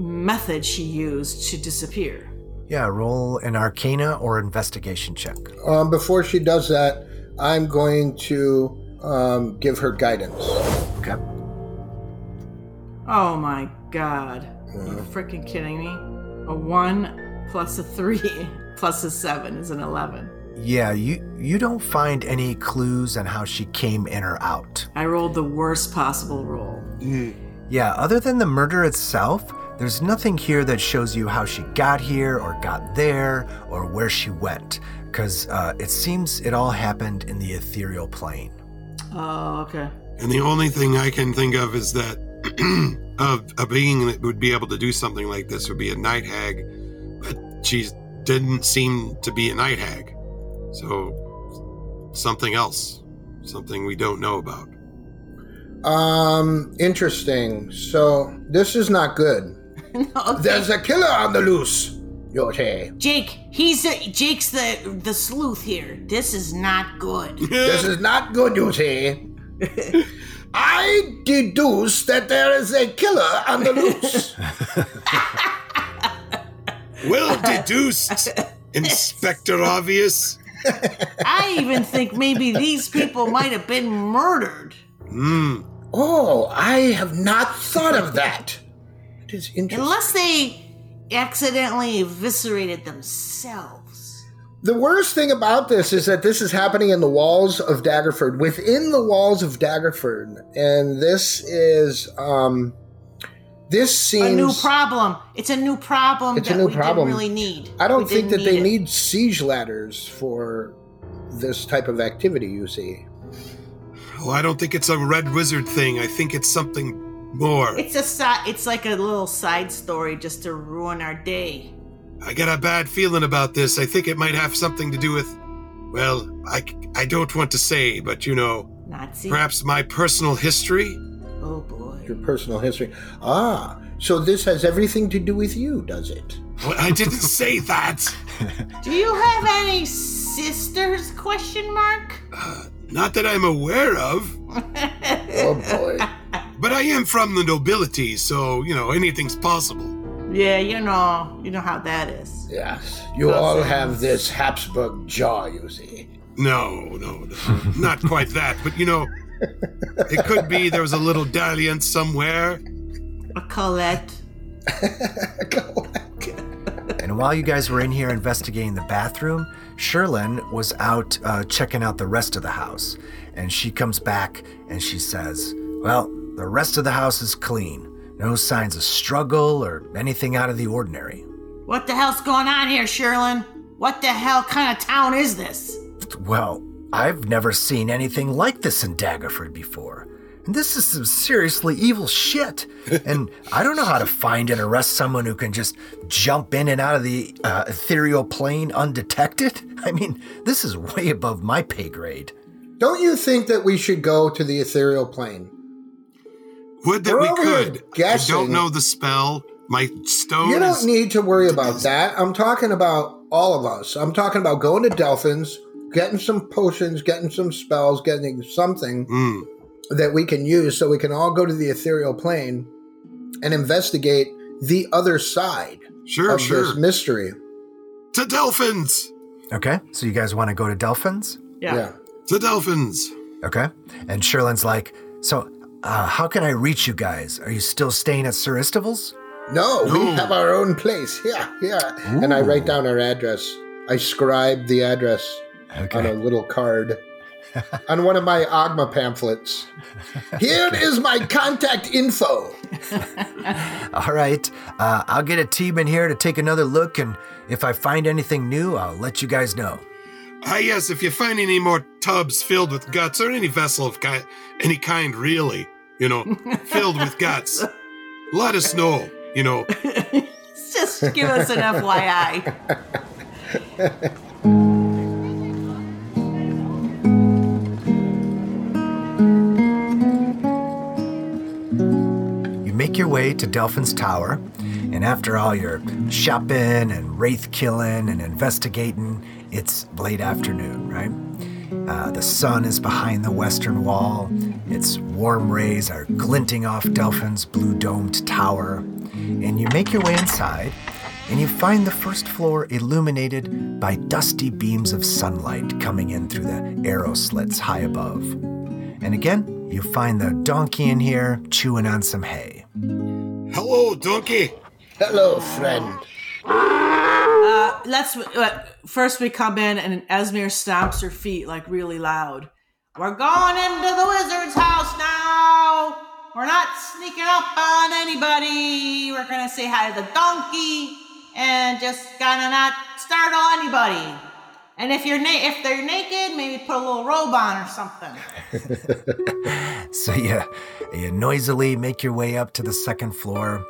[SPEAKER 4] method she used to disappear.
[SPEAKER 1] Yeah, roll an Arcana or investigation check.
[SPEAKER 3] Um, before she does that, I'm going to um, give her guidance.
[SPEAKER 1] Okay.
[SPEAKER 4] Oh my god. Are you freaking kidding me? A 1 plus a 3 [laughs] plus a 7 is an 11.
[SPEAKER 1] Yeah, you you don't find any clues on how she came in or out.
[SPEAKER 4] I rolled the worst possible roll.
[SPEAKER 1] Yeah, other than the murder itself, there's nothing here that shows you how she got here or got there or where she went, because uh, it seems it all happened in the ethereal plane.
[SPEAKER 4] Oh, okay.
[SPEAKER 2] And the only thing I can think of is that [clears throat] of a being that would be able to do something like this would be a night hag, but she didn't seem to be a night hag. So something else. something we don't know about.
[SPEAKER 3] Um, interesting. So this is not
[SPEAKER 4] [laughs]
[SPEAKER 3] good.
[SPEAKER 4] Okay.
[SPEAKER 3] There's a killer on the loose. Yote.
[SPEAKER 4] Jake, he's the Jake's the the sleuth here. This is not good.
[SPEAKER 3] [laughs] This is not good,
[SPEAKER 4] [laughs]
[SPEAKER 3] Yote. I deduce that there is a killer on the
[SPEAKER 4] [laughs]
[SPEAKER 3] loose.
[SPEAKER 2] Well deduced, Inspector Obvious.
[SPEAKER 4] I even think maybe these people might have been murdered.
[SPEAKER 2] Hmm.
[SPEAKER 3] oh, I have not thought of that. It is interesting.
[SPEAKER 4] Unless they accidentally eviscerated themselves.
[SPEAKER 3] The worst thing about this is that this is happening in the walls of Daggerford, within the walls of Daggerford, and this is um, this seems
[SPEAKER 4] a new problem. It's a new problem
[SPEAKER 3] It's a
[SPEAKER 4] that
[SPEAKER 3] new
[SPEAKER 4] we
[SPEAKER 3] problem.
[SPEAKER 4] didn't really need.
[SPEAKER 3] I don't
[SPEAKER 4] We
[SPEAKER 3] think that
[SPEAKER 4] didn't
[SPEAKER 3] they
[SPEAKER 4] it.
[SPEAKER 3] need siege ladders for this type of activity. You see,
[SPEAKER 2] Oh, I don't think it's a red wizard thing. I think it's something more.
[SPEAKER 4] It's a si- it's like a little side story just to ruin our day.
[SPEAKER 2] I got a bad feeling about this. I think it might have something to do with, well, I, I don't want to say, but you know,
[SPEAKER 4] Nazi.
[SPEAKER 2] perhaps my personal history?
[SPEAKER 4] Oh boy.
[SPEAKER 3] your personal history. Ah, so this has everything to do with you, does it?
[SPEAKER 2] Well, I didn't
[SPEAKER 3] [laughs]
[SPEAKER 2] say that.
[SPEAKER 4] Do you have any sisters? Question mark. [laughs]
[SPEAKER 2] Uh, Not that I'm aware of,
[SPEAKER 3] Oh
[SPEAKER 4] [laughs]
[SPEAKER 3] boy.
[SPEAKER 2] but I am from the nobility, so, you know, anything's possible.
[SPEAKER 4] Yeah, you know, you know how that is.
[SPEAKER 3] yes, you
[SPEAKER 4] Cousins.
[SPEAKER 3] all have this Habsburg jaw. You see. [laughs]
[SPEAKER 2] No, no, no. Not quite that, but you know, it could be there was a little dalliance somewhere.
[SPEAKER 4] A Colette.
[SPEAKER 1] And while you guys were in here investigating the bathroom, Sherlyn was out uh, checking out the rest of the house. And she comes back and she says, Well, the rest of the house is clean. No signs of struggle or anything out of the ordinary.
[SPEAKER 4] What the hell's going on here, Sherlyn? What the hell kind of town is this?
[SPEAKER 1] Well, I've never seen anything like this in Daggerford before. And this is some seriously evil shit. And I don't know how to find and arrest someone who can just jump in and out of the uh, ethereal plane undetected. [laughs] I mean, this is way above my pay grade.
[SPEAKER 3] Don't you think that we should go to the ethereal plane?
[SPEAKER 2] Would that
[SPEAKER 3] We're
[SPEAKER 2] we
[SPEAKER 3] over here
[SPEAKER 2] could. I
[SPEAKER 3] guessing.
[SPEAKER 2] don't know the spell. My stone
[SPEAKER 3] You
[SPEAKER 2] is-
[SPEAKER 3] don't need to worry about that. I'm talking about all of us. I'm talking about going to Delphins, getting some potions, getting some spells, getting something
[SPEAKER 2] Hmm.
[SPEAKER 3] that we can use so we can all go to the ethereal plane and investigate the other side
[SPEAKER 2] Sure,
[SPEAKER 3] of
[SPEAKER 2] sure.
[SPEAKER 3] this mystery.
[SPEAKER 2] to Delphins!
[SPEAKER 1] Okay, so you guys want to go to Delphins?
[SPEAKER 3] Yeah.
[SPEAKER 2] To Delphins!
[SPEAKER 1] Okay. And Sherlin's like, So, uh, how can I reach you guys? Are you still staying at Sir Istival's?
[SPEAKER 3] No, we
[SPEAKER 2] No.
[SPEAKER 3] have our own place. Yeah, yeah. And I write down our address. I scribe the address on a little card on one of my Agma pamphlets. Here is my contact info.
[SPEAKER 1] [laughs] All right. Uh, I'll get a team in here to take another look, and if I find anything new, I'll let you guys know.
[SPEAKER 2] Ah, yes, if you find any more tubs filled with guts, or any vessel of ki- any kind, really, you
[SPEAKER 3] [laughs]
[SPEAKER 2] know, filled with guts, let us know. You know,
[SPEAKER 4] Just give us an FYI.
[SPEAKER 1] You make your way to Delphin's Tower, and after all your shopping and wraith killing and investigating, it's late afternoon, right? Uh, the sun is behind the western wall. Its warm rays are glinting off Delphin's blue domed tower. And you make your way inside, and you find the first floor illuminated by dusty beams of sunlight coming in through the arrow slits high above. And again, you find the donkey in here chewing on some hay.
[SPEAKER 2] hello, donkey.
[SPEAKER 3] Hello, friend.
[SPEAKER 6] Uh, let's uh, first we come in and Esmir stomps her feet like really loud.
[SPEAKER 4] We're going into the wizard's house now. We're not sneaking up on anybody. We're gonna say hi to the donkey and just gonna not startle anybody. And if you're na- if they're naked, maybe put a little robe on or something.
[SPEAKER 1] So [laughs] you, you noisily make your way up to the second floor,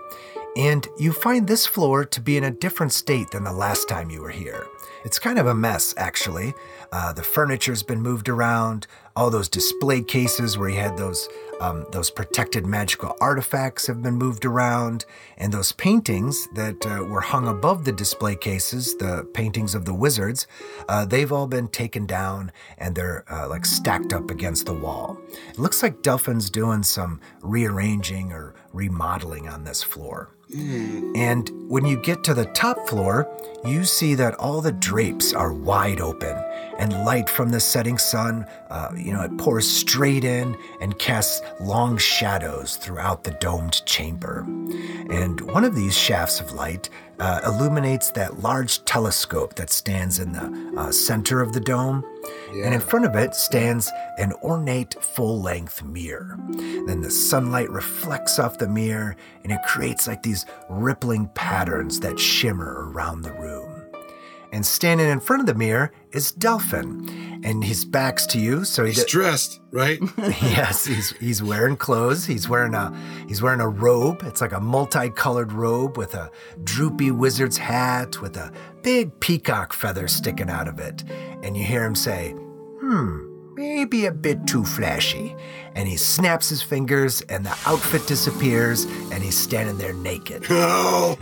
[SPEAKER 1] and you find this floor to be in a different state than the last time you were here. It's kind of a mess, actually. Uh, the furniture's been moved around. All those display cases where he had those um, those protected magical artifacts have been moved around, and those paintings that uh, were hung above the display cases, the paintings of the wizards, uh, they've all been taken down and they're uh, like stacked up against the wall. It looks like Delphin's doing some rearranging or remodeling on this floor. And when you get to the top floor, you see that all the drapes are wide open, and light from the setting sun, uh, you know, it pours straight in and casts long shadows throughout the domed chamber. And one of these shafts of light uh, illuminates that large telescope that stands in the uh, center of the dome. And in front of it stands an ornate full length mirror. Then the sunlight reflects off the mirror and it creates like these rippling patterns that shimmer around the room. And standing in front of the mirror is Delphin. And his back's to you, so he
[SPEAKER 2] He's
[SPEAKER 1] d-
[SPEAKER 2] dressed, right?
[SPEAKER 1] [laughs] yes, he's he's wearing clothes. He's wearing a he's wearing a robe. It's like a multicolored robe with a droopy wizard's hat with a big peacock feather sticking out of it. And you hear him say, "Hmm, maybe a bit too flashy." And he snaps his fingers, and the outfit disappears, and he's standing there naked
[SPEAKER 2] oh,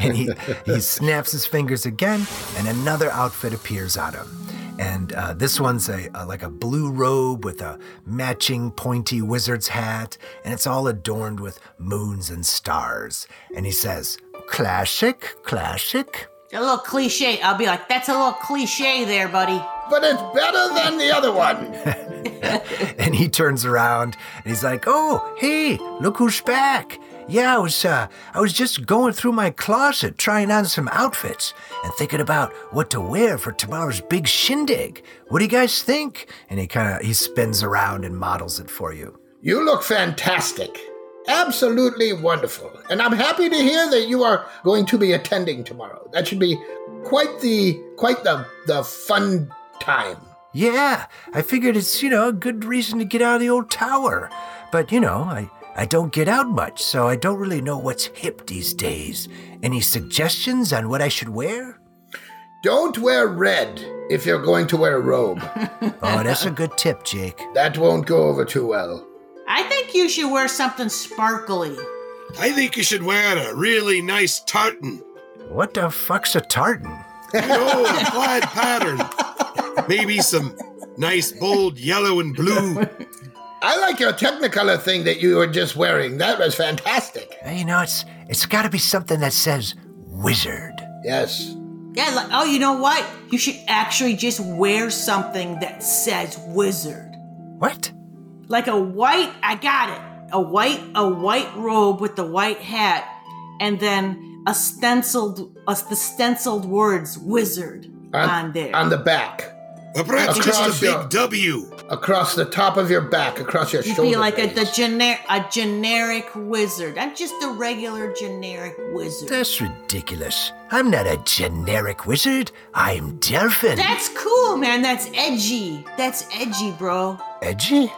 [SPEAKER 1] and he, he snaps his fingers again, and another outfit appears on him. And uh, this one's a, a like a blue robe with a matching pointy wizard's hat, and it's all adorned with moons and stars. And he says, "Classic, classic."
[SPEAKER 4] [laughs] A little cliche. I'll be like, that's a little cliche there, buddy.
[SPEAKER 3] But it's better than the other one.
[SPEAKER 1] [laughs] and he turns around and he's like, "Oh, hey, look who's back!" Yeah, I was uh, I was just going through my closet trying on some outfits and thinking about what to wear for tomorrow's big shindig. What do you guys think? And he kind of he spins around and models it for you.
[SPEAKER 3] You look fantastic. Absolutely wonderful. And I'm happy to hear that you are going to be attending tomorrow. That should be quite the quite the the fun time.
[SPEAKER 1] Yeah, I figured it's you know a good reason to get out of the old tower, but you know I. I don't get out much, so I don't really know what's hip these days. Any suggestions on what I should wear?
[SPEAKER 3] Don't wear red if you're going to wear a
[SPEAKER 4] [laughs]
[SPEAKER 3] robe.
[SPEAKER 1] Oh, that's a good tip, Jake.
[SPEAKER 3] that won't go over too well.
[SPEAKER 4] I think you should wear something sparkly.
[SPEAKER 2] I think you should wear a really nice tartan.
[SPEAKER 1] What the fuck's a tartan?
[SPEAKER 2] No, a plaid pattern. Maybe some nice bold yellow and blue.
[SPEAKER 3] I like your technicolor thing that you were just wearing. That was fantastic.
[SPEAKER 1] Uh, You know, it's it's got to be something that says wizard.
[SPEAKER 3] Yes.
[SPEAKER 4] Yeah, like, oh, you know what? You should actually just wear something that says wizard.
[SPEAKER 1] What?
[SPEAKER 4] Like a white, I got it. A white, a white robe with the white hat, and then a stenciled, a, the stenciled words wizard on, there.
[SPEAKER 3] On the back.
[SPEAKER 2] Or perhaps
[SPEAKER 3] Across
[SPEAKER 2] just a
[SPEAKER 3] your-
[SPEAKER 2] big W.
[SPEAKER 3] Across the top of your back, across your
[SPEAKER 4] You'd
[SPEAKER 3] shoulder.
[SPEAKER 4] be like a,
[SPEAKER 3] blades.
[SPEAKER 4] the gener- a generic wizard. I'm just a regular generic wizard.
[SPEAKER 1] That's ridiculous. I'm not a generic wizard. I'm Delphin.
[SPEAKER 4] That's cool, man. That's edgy. That's edgy, bro.
[SPEAKER 1] Edgy.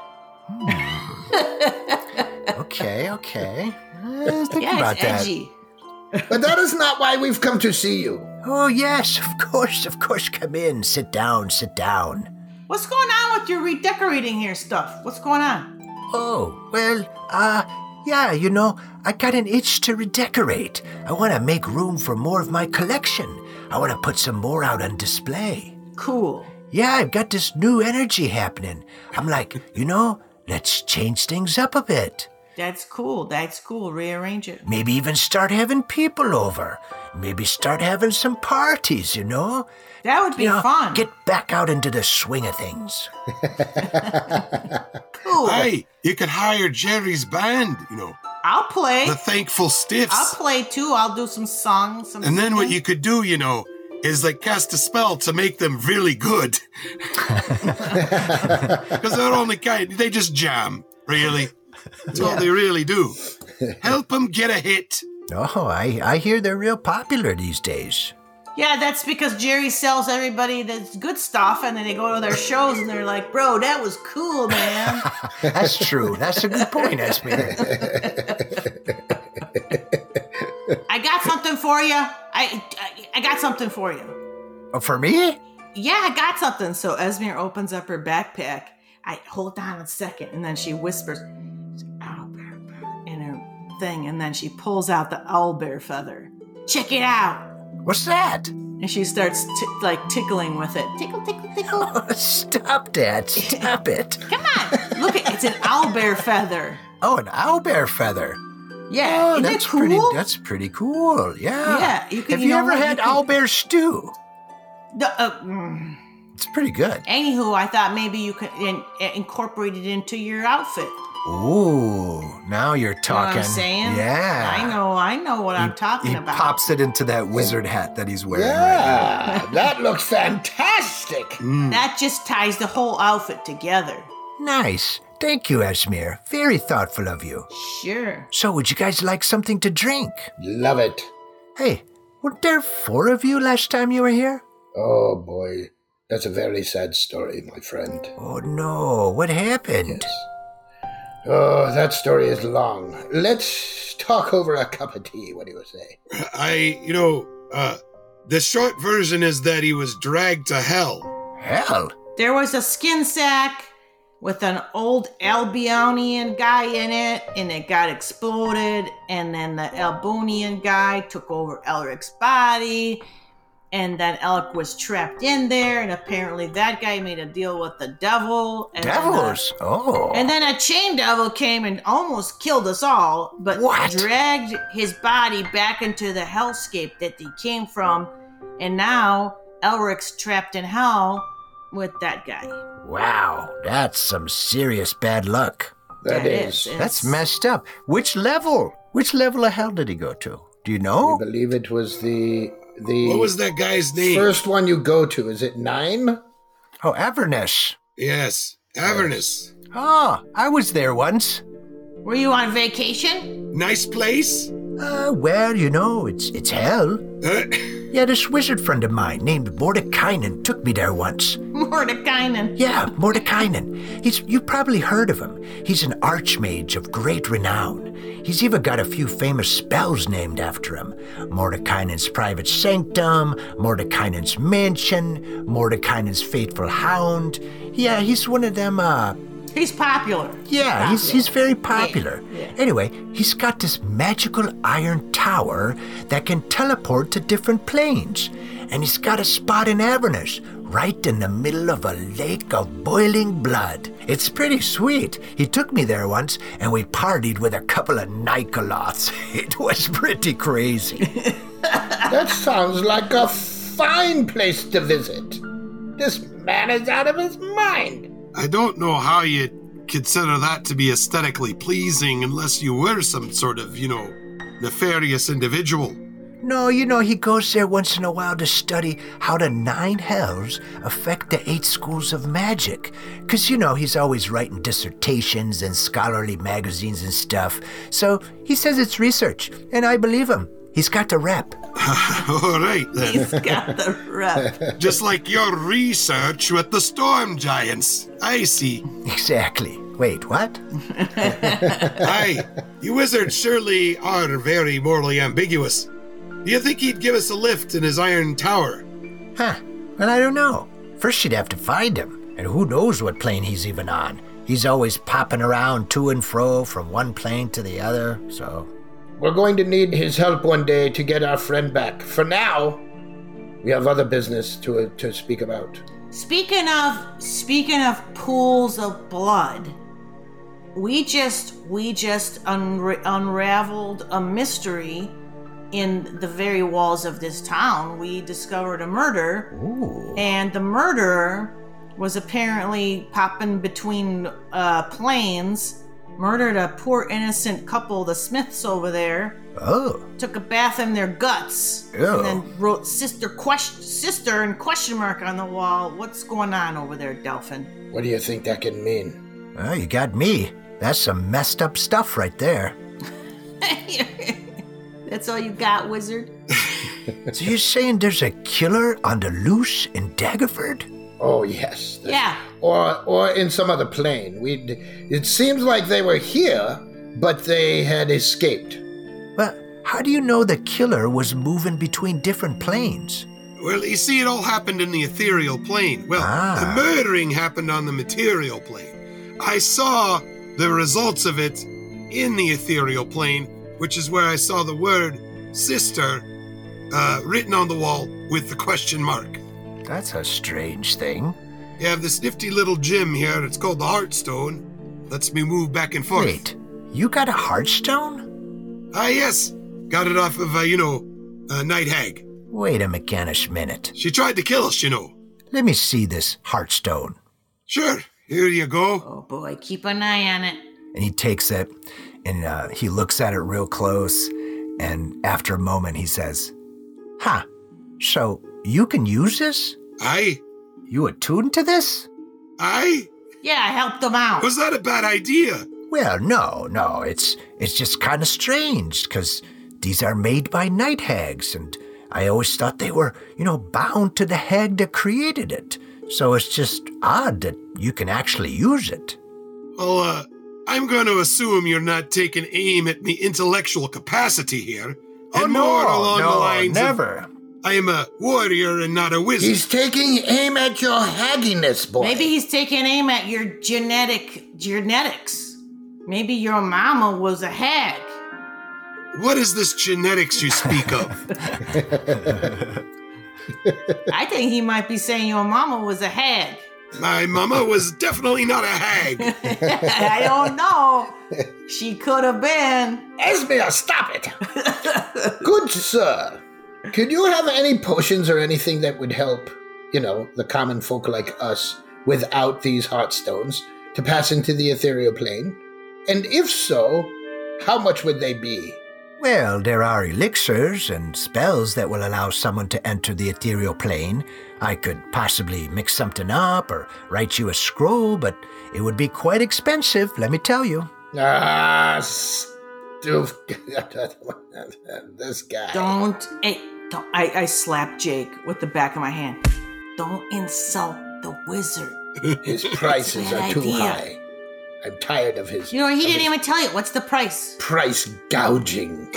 [SPEAKER 1] Hmm. [laughs] okay, okay. Uh, think
[SPEAKER 4] Yeah,
[SPEAKER 1] about
[SPEAKER 4] it's
[SPEAKER 1] that.
[SPEAKER 4] edgy.
[SPEAKER 3] But that is not why we've come to see you.
[SPEAKER 1] Oh yes, of course, of course. Come in. Sit down. Sit down.
[SPEAKER 4] What's going on with your redecorating here stuff? What's going on?
[SPEAKER 1] Oh, well, uh, yeah, you know, I got an itch to redecorate. I want to make room for more of my collection. I want to put some more out on display.
[SPEAKER 4] Cool.
[SPEAKER 1] Yeah, I've got this new energy happening. I'm like, you know, let's change things up a bit.
[SPEAKER 4] That's cool. That's cool. Rearrange it.
[SPEAKER 1] Maybe even start having people over. Maybe start having some parties, you know?
[SPEAKER 4] That would be
[SPEAKER 1] you know,
[SPEAKER 4] fun.
[SPEAKER 1] Get back out into the swing of things.
[SPEAKER 4] cool.
[SPEAKER 2] Hey, you could hire Jerry's band, you know,
[SPEAKER 4] I'll play.
[SPEAKER 2] the Thankful
[SPEAKER 4] I'll
[SPEAKER 2] Stiffs.
[SPEAKER 4] play too. I'll do some songs. Some
[SPEAKER 2] And then what you
[SPEAKER 4] singing.
[SPEAKER 2] could do, you know, is like cast a spell to make them really good. Because they're only kind, they just jam, really. That's all they really do. Help them get a hit.
[SPEAKER 1] Oh, I, I hear they're real popular these days.
[SPEAKER 4] Yeah, that's because Jerry sells everybody that's good stuff, and then they go to their shows and they're like, "Bro, that was cool, man."
[SPEAKER 2] [laughs]
[SPEAKER 1] That's true. That's a good point, [laughs] Esme.
[SPEAKER 4] I got something for you. I, I I got something for you.
[SPEAKER 1] Oh, for me?
[SPEAKER 4] Yeah, I got something. So Esmir opens up her backpack. I hold on a second, and then she whispers owl bear feather," in her thing, and then she pulls out the owl bear feather. Check it out.
[SPEAKER 1] What's that? [laughs]
[SPEAKER 4] And she starts t- like tickling with it. Tickle, tickle, tickle.
[SPEAKER 1] Stop that. Stop
[SPEAKER 4] [laughs]
[SPEAKER 1] it.
[SPEAKER 4] Come on. Look, at, it's an owl bear feather.
[SPEAKER 1] Oh, an owlbear feather.
[SPEAKER 4] Yeah,
[SPEAKER 1] oh,
[SPEAKER 4] isn't
[SPEAKER 1] that's
[SPEAKER 4] it cool?
[SPEAKER 1] pretty. That's pretty cool. Yeah.
[SPEAKER 4] Yeah, you can-
[SPEAKER 1] Have
[SPEAKER 4] you
[SPEAKER 1] you,
[SPEAKER 4] know
[SPEAKER 1] ever
[SPEAKER 4] what, you
[SPEAKER 1] had
[SPEAKER 4] can-
[SPEAKER 1] owlbear stew?
[SPEAKER 4] The- uh, mm.
[SPEAKER 1] It's pretty good.
[SPEAKER 4] Anywho, I thought maybe you could in, incorporate it into your outfit.
[SPEAKER 1] Ooh, now you're
[SPEAKER 4] You know
[SPEAKER 1] talking.
[SPEAKER 4] what I'm saying?
[SPEAKER 1] Yeah.
[SPEAKER 4] I know, I know what I'm talking
[SPEAKER 1] He
[SPEAKER 4] about.
[SPEAKER 1] pops it into that wizard hat that he's wearing. right
[SPEAKER 3] Yeah, that looks fantastic.
[SPEAKER 1] mm.
[SPEAKER 4] That just ties the whole outfit together.
[SPEAKER 1] now. Nice. Thank you, Ashmir. Very thoughtful of you.
[SPEAKER 4] Sure.
[SPEAKER 1] So, would you guys like something to drink?
[SPEAKER 3] Love it.
[SPEAKER 1] Hey, weren't there four of you last time you were here?
[SPEAKER 3] Oh boy, that's a very sad story, my friend.
[SPEAKER 1] Oh no, what happened?
[SPEAKER 3] Oh, that story is long. Let's talk over a cup of tea. What do you say?
[SPEAKER 2] I, you know, uh, the short version is that he was dragged to hell.
[SPEAKER 1] Hell,
[SPEAKER 4] There was a skin sack with an old Albionian guy in it, and it got exploded. And then the Albonian guy took over Elric's body, and then Elric was trapped in there. And apparently, that guy made a deal with the devil. And then the-
[SPEAKER 1] devils. Oh.
[SPEAKER 4] and then a chain devil came and almost killed us all, but
[SPEAKER 1] What?
[SPEAKER 4] dragged his body back into the hellscape that he came from, and now Elric's trapped in hell with that guy.
[SPEAKER 1] wow, that's some serious bad luck.
[SPEAKER 3] That is.
[SPEAKER 4] and
[SPEAKER 1] That's
[SPEAKER 4] it's-
[SPEAKER 1] messed up. Which level? Which level of hell did he go to? Do you
[SPEAKER 3] I
[SPEAKER 1] know?
[SPEAKER 3] believe it was the the
[SPEAKER 2] What was that guy's name?
[SPEAKER 3] first one you go to. Is it nine?
[SPEAKER 1] Oh, Avernus.
[SPEAKER 2] Yes, Avernus.
[SPEAKER 1] Ah, I was there once.
[SPEAKER 4] Were you on vacation? [laughs]
[SPEAKER 2] Nice place.
[SPEAKER 1] Uh, well, you know, it's it's hell.
[SPEAKER 2] Uh,
[SPEAKER 1] Yeah, this wizard friend of mine named Mordekainen took me there once.
[SPEAKER 4] Mordekainen.
[SPEAKER 1] Yeah, Mordekainen. He's you've probably heard of him. He's an archmage of great renown. He's even got a few famous spells named after him. Mordekainen's private sanctum, Mordekainen's mansion, Mordekainen's faithful hound. Yeah, he's one of them uh
[SPEAKER 4] He's popular.
[SPEAKER 1] yeah, he's, he's very popular.
[SPEAKER 4] yeah.
[SPEAKER 1] Anyway, he's got this magical iron tower that can teleport to different planes. And he's got a spot in Avernus, right in the middle of a lake of boiling blood. It's pretty sweet. He took me there once, and we partied with a couple of Nikoloths. [laughs] It was pretty crazy.
[SPEAKER 3] That sounds like a fine place to visit. This man is out of his mind.
[SPEAKER 2] I don't know how you consider that to be aesthetically pleasing unless you were some sort of, you know, nefarious individual. [laughs]
[SPEAKER 1] no, you know, he goes there once in a while to study how the nine hells affect the eight schools of magic. 'Cause you know, he's always writing dissertations and scholarly magazines and stuff. So he says it's research, and I believe him. He's got the rep. [laughs]
[SPEAKER 2] All right, then.
[SPEAKER 4] [laughs] He's got the rep.
[SPEAKER 2] Just like your research with the storm giants. I see.
[SPEAKER 1] Exactly. Wait, what?
[SPEAKER 2] Aye, you wizards surely are very morally ambiguous. Do you think he'd give us a lift in his iron tower?
[SPEAKER 1] Huh. Well, I don't know. First, you'd have to find him, and who knows what plane he's even on. He's always popping around to and fro from one plane to the other, so.
[SPEAKER 3] We're going to need his help one day to get our friend back. For now, we have other business to to speak about.
[SPEAKER 4] speaking of speaking of pools of blood, we just we just unra- unraveled a mystery in the very walls of this town. We discovered a murder.
[SPEAKER 1] Ooh.
[SPEAKER 4] and the murderer was apparently popping between uh, planes, murdered a poor innocent couple, the Smiths over there,
[SPEAKER 1] Oh.
[SPEAKER 4] took a bath in their guts,
[SPEAKER 1] Ew.
[SPEAKER 4] and then wrote "sister question sister" and question mark on the wall. What's going on over there, Delphin? [laughs]
[SPEAKER 3] What do you think that can mean?
[SPEAKER 1] Well, you got me. That's some messed up stuff right there.
[SPEAKER 4] That's all you got, wizard.
[SPEAKER 1] So you're saying there's a killer on the loose in Daggerford?
[SPEAKER 3] Oh yes, that's
[SPEAKER 4] Yeah,
[SPEAKER 3] or or in some other plane. We it seems like they were here, but they had escaped.
[SPEAKER 1] Well, how do you know the killer was moving between different planes?
[SPEAKER 2] Well, you see, it all happened in the ethereal plane. Well,
[SPEAKER 1] Ah.
[SPEAKER 2] the murdering happened on the material plane. I saw the results of it in the ethereal plane, which is where I saw the word sister uh, written on the wall with the question mark.
[SPEAKER 1] That's a strange thing.
[SPEAKER 2] You have this nifty little gem here, it's called the Heartstone. Lets me move back and forth.
[SPEAKER 1] Wait, you got a Hearthstone?
[SPEAKER 2] Ah, yes. Got it off of, uh, you know, uh, Night Hag.
[SPEAKER 1] Wait a mechanish minute.
[SPEAKER 2] She tried to kill us, you know.
[SPEAKER 1] Let me see this Hearthstone.
[SPEAKER 2] Sure, here you go.
[SPEAKER 4] Oh boy, keep an eye on it.
[SPEAKER 1] And he takes it and uh, he looks at it real close. And after a moment, he says, Huh, so you can use this?
[SPEAKER 2] I,
[SPEAKER 1] You attuned to this?
[SPEAKER 2] I,
[SPEAKER 4] Yeah, I helped them out.
[SPEAKER 2] was that a bad idea?
[SPEAKER 1] Well, no, no. It's it's just kind of strange because these are made by night hags, and I always thought they were, you know, bound to the hag that created it. So it's just odd that you can actually use it.
[SPEAKER 2] Well, uh, I'm going to assume you're not taking aim at me intellectual capacity here. and more along the lines of,
[SPEAKER 1] Oh, never.
[SPEAKER 2] I am a warrior and not a wizard.
[SPEAKER 3] He's taking aim at your hagginess, boy.
[SPEAKER 4] Maybe he's taking aim at your genetic genetics. Maybe your mama was a hag.
[SPEAKER 2] What is this genetics you speak of?
[SPEAKER 4] I think he might be saying your mama was a hag. [laughs]
[SPEAKER 2] My mama was definitely not a hag.
[SPEAKER 4] I
[SPEAKER 3] [laughs]
[SPEAKER 4] don't know. She could have been.
[SPEAKER 3] Esmir, stop it! Good sir, could you have any potions or anything that would help, you know, the common folk like us without these heartstones to pass into the ethereal plane? And if so, how much would they be?
[SPEAKER 1] Well, there are elixirs and spells that will allow someone to enter the ethereal plane. I could possibly mix something up or write you a scroll, but it would be quite expensive, let me tell you.
[SPEAKER 3] Ah, stoof. [laughs] this guy.
[SPEAKER 4] Don't, eh, don't I, I slapped Jake with the back of my hand. Don't insult the wizard.
[SPEAKER 3] His prices
[SPEAKER 4] Bad
[SPEAKER 3] are too
[SPEAKER 4] idea.
[SPEAKER 3] high. I'm tired of his.
[SPEAKER 4] You know, he
[SPEAKER 3] of
[SPEAKER 4] didn't
[SPEAKER 3] his
[SPEAKER 4] even tell you. What's the price?
[SPEAKER 3] price gouging,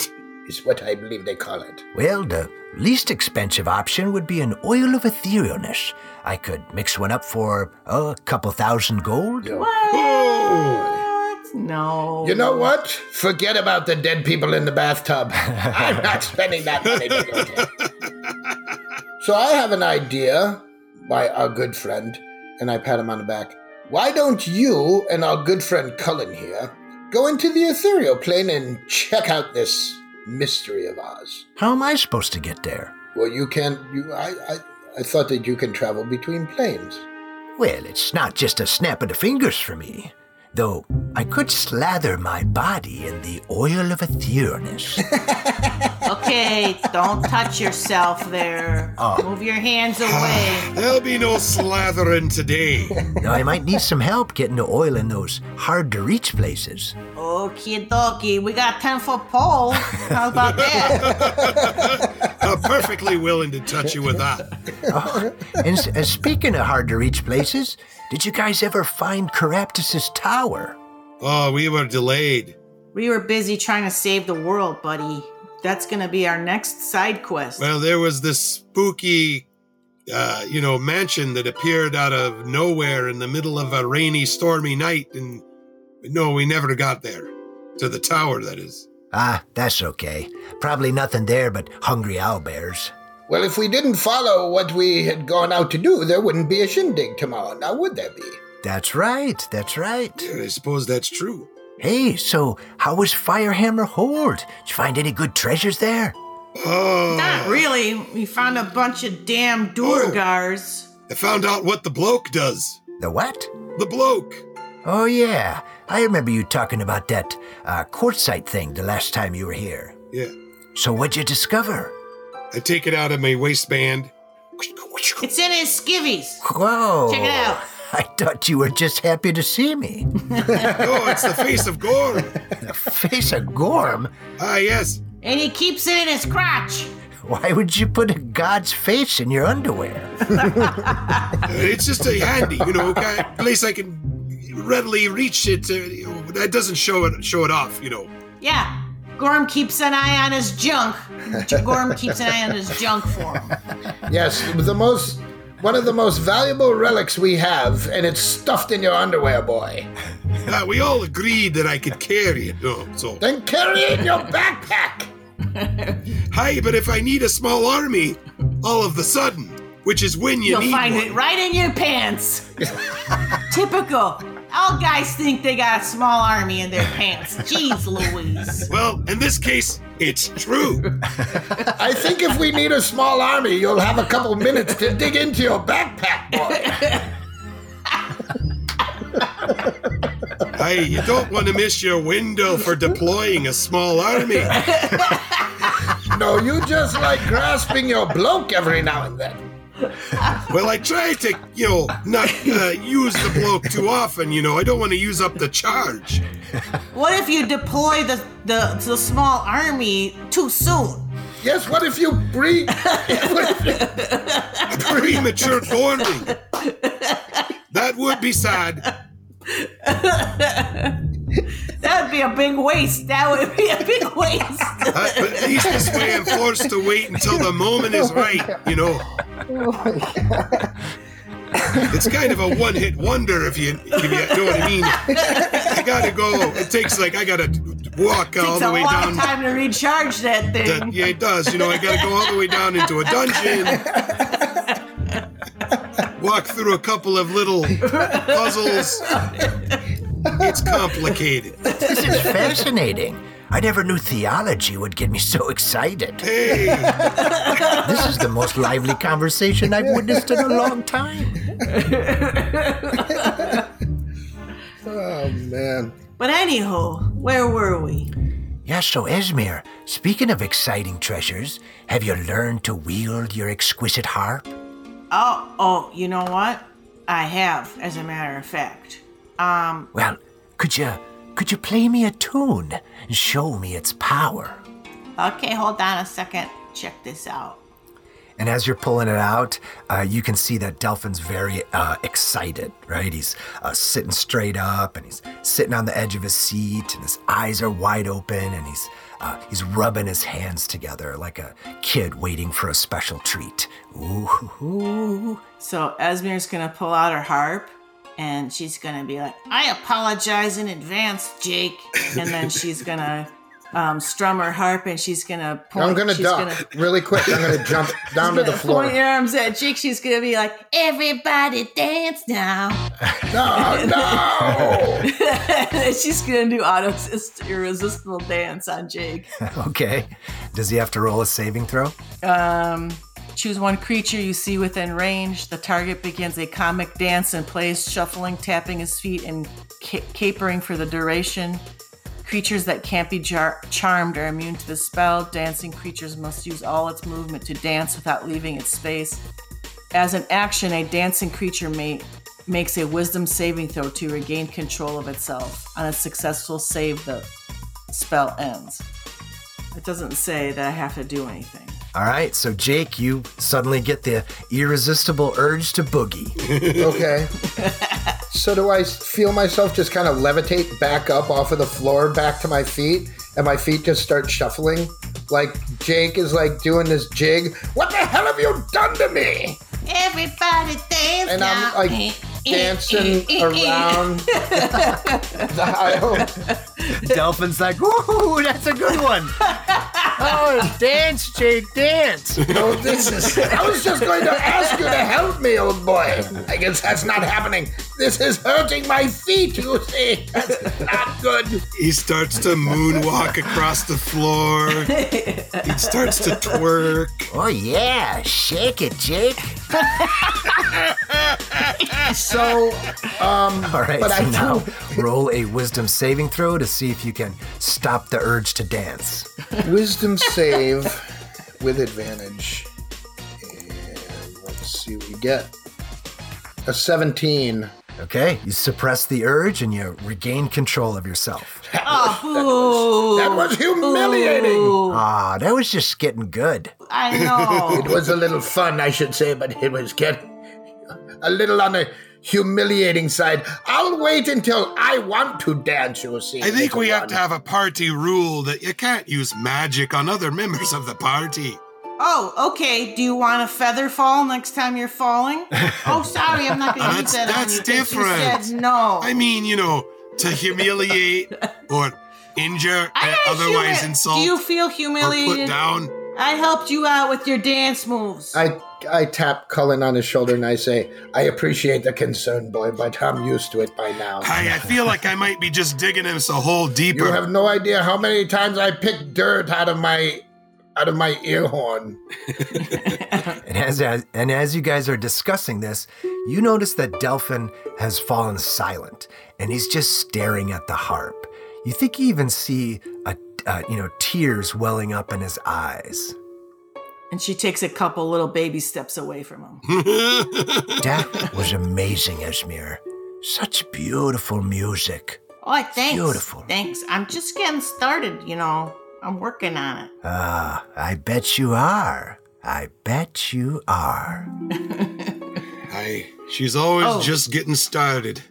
[SPEAKER 3] is what I believe they call it.
[SPEAKER 1] Well, the least expensive option would be an oil of etherealness. I could mix one up for oh, a couple thousand gold.
[SPEAKER 3] You know,
[SPEAKER 2] Oh!
[SPEAKER 4] What? No.
[SPEAKER 3] You know what? [laughs] Forget about the dead people in the bathtub. I'm
[SPEAKER 4] [laughs]
[SPEAKER 3] not spending that money. To go there. so I have an idea by our good friend, and I pat him on the back. Why don't you and our good friend Cullen here go into the ethereal plane and check out this mystery of ours?
[SPEAKER 1] How am I supposed to get there?
[SPEAKER 3] Well, you can't. You, I, I, I thought that you can travel between planes.
[SPEAKER 1] Well, it's not just a snap of the fingers for me. Though I could slather my body in the oil of etherealness.
[SPEAKER 4] Okay, don't touch yourself there.
[SPEAKER 3] Oh.
[SPEAKER 4] Move your hands away.
[SPEAKER 2] There'll be no slathering today.
[SPEAKER 1] Now, I might need some help getting the oil in those hard to reach places.
[SPEAKER 4] Okie dokie, we got 10 foot pole. How
[SPEAKER 3] [laughs]
[SPEAKER 4] about that?
[SPEAKER 2] I'm perfectly willing to touch you with that.
[SPEAKER 1] Oh, and, s- and speaking of hard to reach places, did you guys ever find Caraptus's tower?
[SPEAKER 2] Oh, we were delayed.
[SPEAKER 4] We were busy trying to save the world, buddy. That's gonna be our next side quest.
[SPEAKER 2] Well, there was this spooky, uh, you know, mansion that appeared out of nowhere in the middle of a rainy, stormy night, and no, we never got there. To the tower, that is.
[SPEAKER 1] Ah, that's okay. Probably nothing there but hungry owlbears.
[SPEAKER 3] Well, if we didn't follow what we had gone out to do, there wouldn't be a shindig tomorrow. Now, would there be?
[SPEAKER 1] That's right, that's right.
[SPEAKER 2] I suppose that's true.
[SPEAKER 1] Hey, so how was Firehammer Hold? Did you find any good treasures there?
[SPEAKER 2] Oh,
[SPEAKER 4] Not really. We found a bunch of damn Durgars.
[SPEAKER 2] I found out what the bloke does.
[SPEAKER 1] The what?
[SPEAKER 2] The bloke.
[SPEAKER 1] Oh, yeah. I remember you talking about that uh, quartzite thing the last time you were here.
[SPEAKER 2] Yeah,
[SPEAKER 1] So, what'd you discover?
[SPEAKER 2] I take it out of my waistband.
[SPEAKER 4] It's in his skivvies.
[SPEAKER 1] Whoa.
[SPEAKER 4] Check it out.
[SPEAKER 1] [laughs] I thought you were just happy to see me. [laughs]
[SPEAKER 2] No, it's the face of Gorm.
[SPEAKER 1] The face of Gorm?
[SPEAKER 2] Ah, yes.
[SPEAKER 4] And he keeps it in his crotch.
[SPEAKER 1] Why would you put a god's face in your underwear?
[SPEAKER 2] Uh, It's just a handy, you know, kind of place I can uh, readily reach it. To, you know, that doesn't show it show it off, you know.
[SPEAKER 4] Yeah. Gorm keeps an eye on his junk. Gorm keeps an eye on his junk for him.
[SPEAKER 3] Yes, the most one of the most valuable relics we have, and it's stuffed in your underwear, boy.
[SPEAKER 2] Ah, we all agreed that I could carry it, though. So,
[SPEAKER 3] Then carry it in your backpack.
[SPEAKER 2] hi, but if I need a small army, all of the sudden, which is when [laughs] you
[SPEAKER 4] You'll
[SPEAKER 2] need
[SPEAKER 4] find
[SPEAKER 2] one.
[SPEAKER 4] it right in your
[SPEAKER 2] [laughs]
[SPEAKER 4] pants. Typical. All guys think they got a small army in their pants. Jeez Louise.
[SPEAKER 2] Well, in this case, it's
[SPEAKER 4] [laughs]
[SPEAKER 2] true.
[SPEAKER 3] I think if we need a small army, you'll have a couple minutes to dig into your backpack, boy.
[SPEAKER 2] hey, you don't want to miss your window for deploying a small army.
[SPEAKER 3] No, you just like grasping your bloke every now and then.
[SPEAKER 2] Well, I try to, you know, not uh, use the bloke too often. You know, I don't want to use up the charge.
[SPEAKER 4] What if you deploy the, the, the small army too soon?
[SPEAKER 3] Yes, what if you breed?
[SPEAKER 2] Premature thorning. That would be sad.
[SPEAKER 4] That would be a big waste. That would be a big [laughs] waste.
[SPEAKER 2] Uh, but at least this way I'm forced to wait until the moment is right, you know. It's kind of a one hit wonder if you, if you know what I mean. I gotta go. It takes like, I gotta walk all
[SPEAKER 4] Takes
[SPEAKER 2] the
[SPEAKER 4] a
[SPEAKER 2] way
[SPEAKER 4] long
[SPEAKER 2] down.
[SPEAKER 4] time to recharge that
[SPEAKER 2] that-
[SPEAKER 4] thing.
[SPEAKER 2] yeah, it does. You know, I got to go all the way down into a dungeon, walk through a couple of little puzzles. It's complicated.
[SPEAKER 1] This is fascinating. I never knew theology would get me so excited.
[SPEAKER 2] Hey,
[SPEAKER 1] This is the most lively conversation I've witnessed in a long time.
[SPEAKER 3] oh man.
[SPEAKER 4] But anywho, where were we?
[SPEAKER 1] Yeah, so Esmir, speaking of exciting treasures, have you learned to wield your exquisite harp?
[SPEAKER 4] Oh, oh, you know what? I have, as a matter of fact. Um,
[SPEAKER 1] Well, could you could you play me a tune and show me its power?
[SPEAKER 4] okay, hold on a second. Check this out.
[SPEAKER 1] And as you're pulling it out, uh, you can see that Delphin's very uh, excited, right? He's uh, sitting straight up, and he's sitting on the edge of his seat, and his eyes are wide open, and he's uh, he's rubbing his hands together like a kid waiting for a special treat. Ooh, [laughs] hoo, hoo.
[SPEAKER 4] So Esmir's gonna pull out her harp and she's gonna be like, I apologize in advance, Jake. And
[SPEAKER 3] [laughs]
[SPEAKER 4] then she's gonna um, strum her harp and she's gonna point
[SPEAKER 3] I'm gonna
[SPEAKER 4] she's
[SPEAKER 3] duck
[SPEAKER 4] gonna-
[SPEAKER 3] really quick. I'm gonna jump down to the floor.
[SPEAKER 4] Point your arms at Jake. She's gonna be like, "Everybody dance now!"
[SPEAKER 3] No,
[SPEAKER 4] [laughs]
[SPEAKER 3] no.
[SPEAKER 4] And she's gonna do auto irresistible dance on Jake.
[SPEAKER 1] okay. Does he have to roll a saving throw?
[SPEAKER 6] Um, choose one creature you see within range. The target begins a comic dance and plays, shuffling, tapping his feet, and ca- capering for the duration. Creatures that can't be jar- charmed are immune to the spell. Dancing creatures must use all its movement to dance without leaving its space. As an action, a dancing creature may makes a wisdom saving throw to regain control of itself. On a successful save, the spell ends. It doesn't say that I have to do anything.
[SPEAKER 1] All right. So Jake, you suddenly get the irresistible urge to boogie.
[SPEAKER 3] Okay. So do I feel myself just kind of levitate back up off of the floor, back to my feet, and my feet just start shuffling? Like Jake is like doing this jig. What the hell have you done to me?
[SPEAKER 4] Everybody dance
[SPEAKER 3] And
[SPEAKER 4] now.
[SPEAKER 3] I'm like
[SPEAKER 4] [laughs]
[SPEAKER 3] dancing around the aisle.
[SPEAKER 1] [laughs] Delphin's like, "Ooh, that's a good one." [laughs] oh, dance, Jake, dance.
[SPEAKER 3] No, this is. I was just going to ask you to help me, old boy. I guess that's not happening. This is hurting my feet, you see. That's not good.
[SPEAKER 2] he starts to moonwalk across the floor. He starts to twerk.
[SPEAKER 1] Oh yeah, shake it, Jake.
[SPEAKER 3] So, um,
[SPEAKER 1] [laughs] All right,
[SPEAKER 3] But
[SPEAKER 1] so
[SPEAKER 3] I do-
[SPEAKER 1] now [laughs] roll a wisdom saving throw to see if you can stop the urge to dance.
[SPEAKER 3] wisdom save with advantage. And let's see what we get. A 17.
[SPEAKER 1] Okay, you suppress the urge and you regain control of yourself.
[SPEAKER 4] Oh,
[SPEAKER 2] [laughs]
[SPEAKER 3] That was humiliating.
[SPEAKER 1] Ah, that was just getting good.
[SPEAKER 4] I know.
[SPEAKER 2] [laughs]
[SPEAKER 3] It was a little fun, I should say, but it was getting a little on the humiliating side. I'll wait until I want to dance, you see.
[SPEAKER 2] [laughs] I think
[SPEAKER 3] little
[SPEAKER 2] we have
[SPEAKER 3] one.
[SPEAKER 2] to have a party rule that you can't use magic on other members of the party.
[SPEAKER 4] Oh, okay. Do you want a feather fall next time
[SPEAKER 2] [laughs]
[SPEAKER 4] you're falling? Oh, sorry, I'm not going to use
[SPEAKER 2] That's-
[SPEAKER 4] that
[SPEAKER 2] that's
[SPEAKER 4] on you 'cause you
[SPEAKER 2] different.
[SPEAKER 4] said no.
[SPEAKER 2] I mean, you know, to humiliate or injure,
[SPEAKER 4] I
[SPEAKER 2] and
[SPEAKER 4] asked you
[SPEAKER 2] otherwise
[SPEAKER 4] that.
[SPEAKER 2] insult,
[SPEAKER 4] Do you feel
[SPEAKER 2] or put
[SPEAKER 4] humiliated?
[SPEAKER 2] down.
[SPEAKER 4] I helped you out with your dance moves.
[SPEAKER 3] I I tap Cullen on his shoulder and I say, I appreciate the concern, boy, but I'm used to it by now.
[SPEAKER 2] I, I feel like I might be just digging us a hole
[SPEAKER 3] You
[SPEAKER 2] deeper.
[SPEAKER 3] have no idea how many times I picked dirt out of my out of my ear horn.
[SPEAKER 1] And as, as and as you guys are discussing this, you notice that Delphin has fallen silent and he's just staring at the harp. You think you even see a, uh, you know tears welling up in his eyes.
[SPEAKER 6] And she takes a couple little baby steps away from him.
[SPEAKER 2] Hmm.
[SPEAKER 1] That was amazing, Esmir. Such beautiful music.
[SPEAKER 4] oh, thanks.
[SPEAKER 1] beautiful.
[SPEAKER 4] Thanks. I'm just getting started, you know. I'm working on it.
[SPEAKER 1] Ah, I bet you are. I bet you are.
[SPEAKER 2] I, she's always
[SPEAKER 4] Oh.
[SPEAKER 2] just getting started.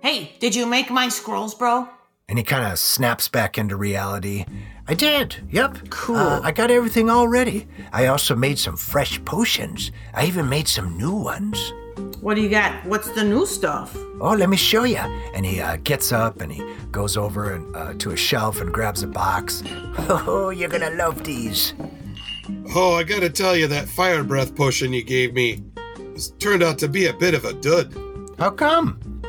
[SPEAKER 4] Hey, did you make my scrolls, bro?
[SPEAKER 1] And he kind of snaps back into reality. I did. Yep. Cool. I got everything all ready. I also made some fresh potions. I even made some new ones.
[SPEAKER 4] What do you got? What's the new stuff?
[SPEAKER 1] Oh, let me show you. And he uh, gets up and he goes over and, uh, to a shelf and grabs a box. [laughs] Oh, you're going to love these.
[SPEAKER 2] Oh, I gotta tell you, that fire breath potion you gave me has turned out to be a bit of a dud.
[SPEAKER 1] How come?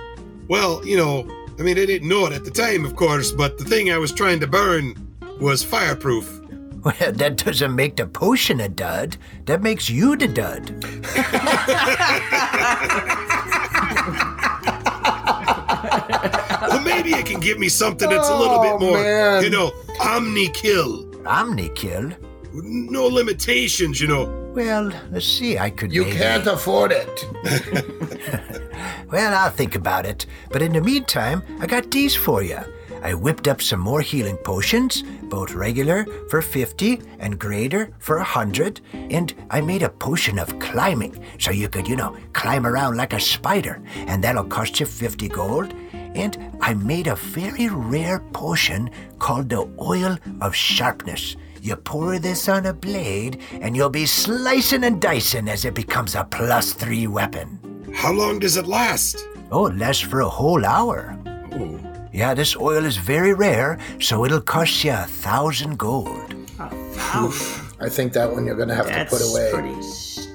[SPEAKER 2] Well, you know, I mean, I didn't know it at the time, of course, but the thing I was trying to burn was fireproof.
[SPEAKER 1] Well, [laughs] that doesn't make the potion a dud. That makes you the dud.
[SPEAKER 3] [laughs]
[SPEAKER 2] Well, maybe it can give me something that's a little
[SPEAKER 3] Oh,
[SPEAKER 2] bit more,
[SPEAKER 3] man.
[SPEAKER 2] you know, omni kill.
[SPEAKER 1] Omni kill.
[SPEAKER 2] No limitations, you know.
[SPEAKER 1] Well, let's see. I could.
[SPEAKER 3] You
[SPEAKER 1] maybe-
[SPEAKER 3] can't afford it.
[SPEAKER 1] Well, I'll think about it. But in the meantime, I got these for you. I whipped up some more healing potions, both regular for 50 and greater for 100, and I made a potion of climbing so you could, you know, climb around like a spider, and that'll cost you 50 gold. And I made a very rare potion called the Oil of Sharpness. You pour this on a blade, and you'll be slicing and dicing as it becomes a plus three weapon.
[SPEAKER 2] How long does it last?
[SPEAKER 1] Oh, it lasts for a whole hour.
[SPEAKER 2] Oh,
[SPEAKER 1] Yeah, this oil is very rare, so it'll cost you a thousand gold.
[SPEAKER 3] I think that one you're gonna have
[SPEAKER 4] Oh, That's
[SPEAKER 3] to put away.
[SPEAKER 4] pretty. s-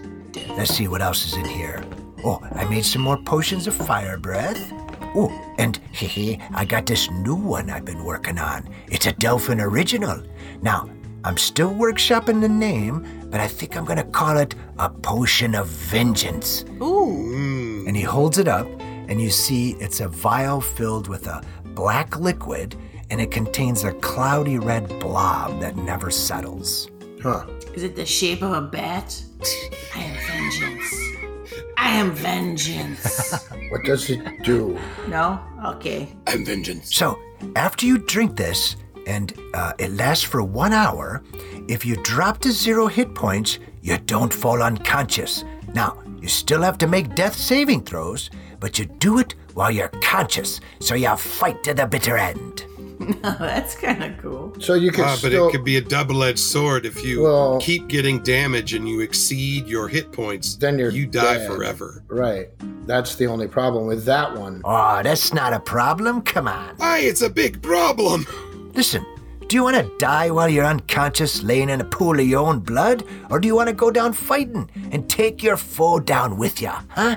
[SPEAKER 1] Let's see what else is in here. Oh, I made some more potions of fire breath. Oh, and [laughs] hee hee, I got this new one I've been working on. It's a Delphin original. Now, I'm still workshopping the name, but I think I'm gonna call it a potion of vengeance.
[SPEAKER 4] Ooh,
[SPEAKER 1] and he holds it up and you see it's a vial filled with a black liquid and it contains a cloudy red blob that never settles
[SPEAKER 4] is it the shape of a bat? I am vengeance. I am
[SPEAKER 2] [laughs]
[SPEAKER 4] vengeance.
[SPEAKER 3] What does
[SPEAKER 4] [laughs]
[SPEAKER 3] it do?
[SPEAKER 4] no? Okay. [laughs]
[SPEAKER 2] I'm vengeance.
[SPEAKER 1] so after you drink this and uh, it lasts for one hour if you drop to zero hit points you don't fall unconscious now you still have to make death saving throws but you do it while you're conscious so you fight to the bitter end
[SPEAKER 4] That's kind
[SPEAKER 2] [laughs]
[SPEAKER 4] of cool.
[SPEAKER 3] So you can
[SPEAKER 2] Ah, but
[SPEAKER 3] still
[SPEAKER 2] it could be a double-edged sword if you
[SPEAKER 3] Well-
[SPEAKER 2] keep getting damage and you exceed your hit points.
[SPEAKER 3] Then you're
[SPEAKER 2] you die
[SPEAKER 3] dead.
[SPEAKER 2] forever.
[SPEAKER 3] right. That's the only problem with that one.
[SPEAKER 1] oh that's not a problem come on
[SPEAKER 2] Aye, it's a big problem.
[SPEAKER 1] Listen, do you want to die while you're unconscious, laying in a pool of your own blood, or do you want to go down fighting and take your foe down with ya? Huh?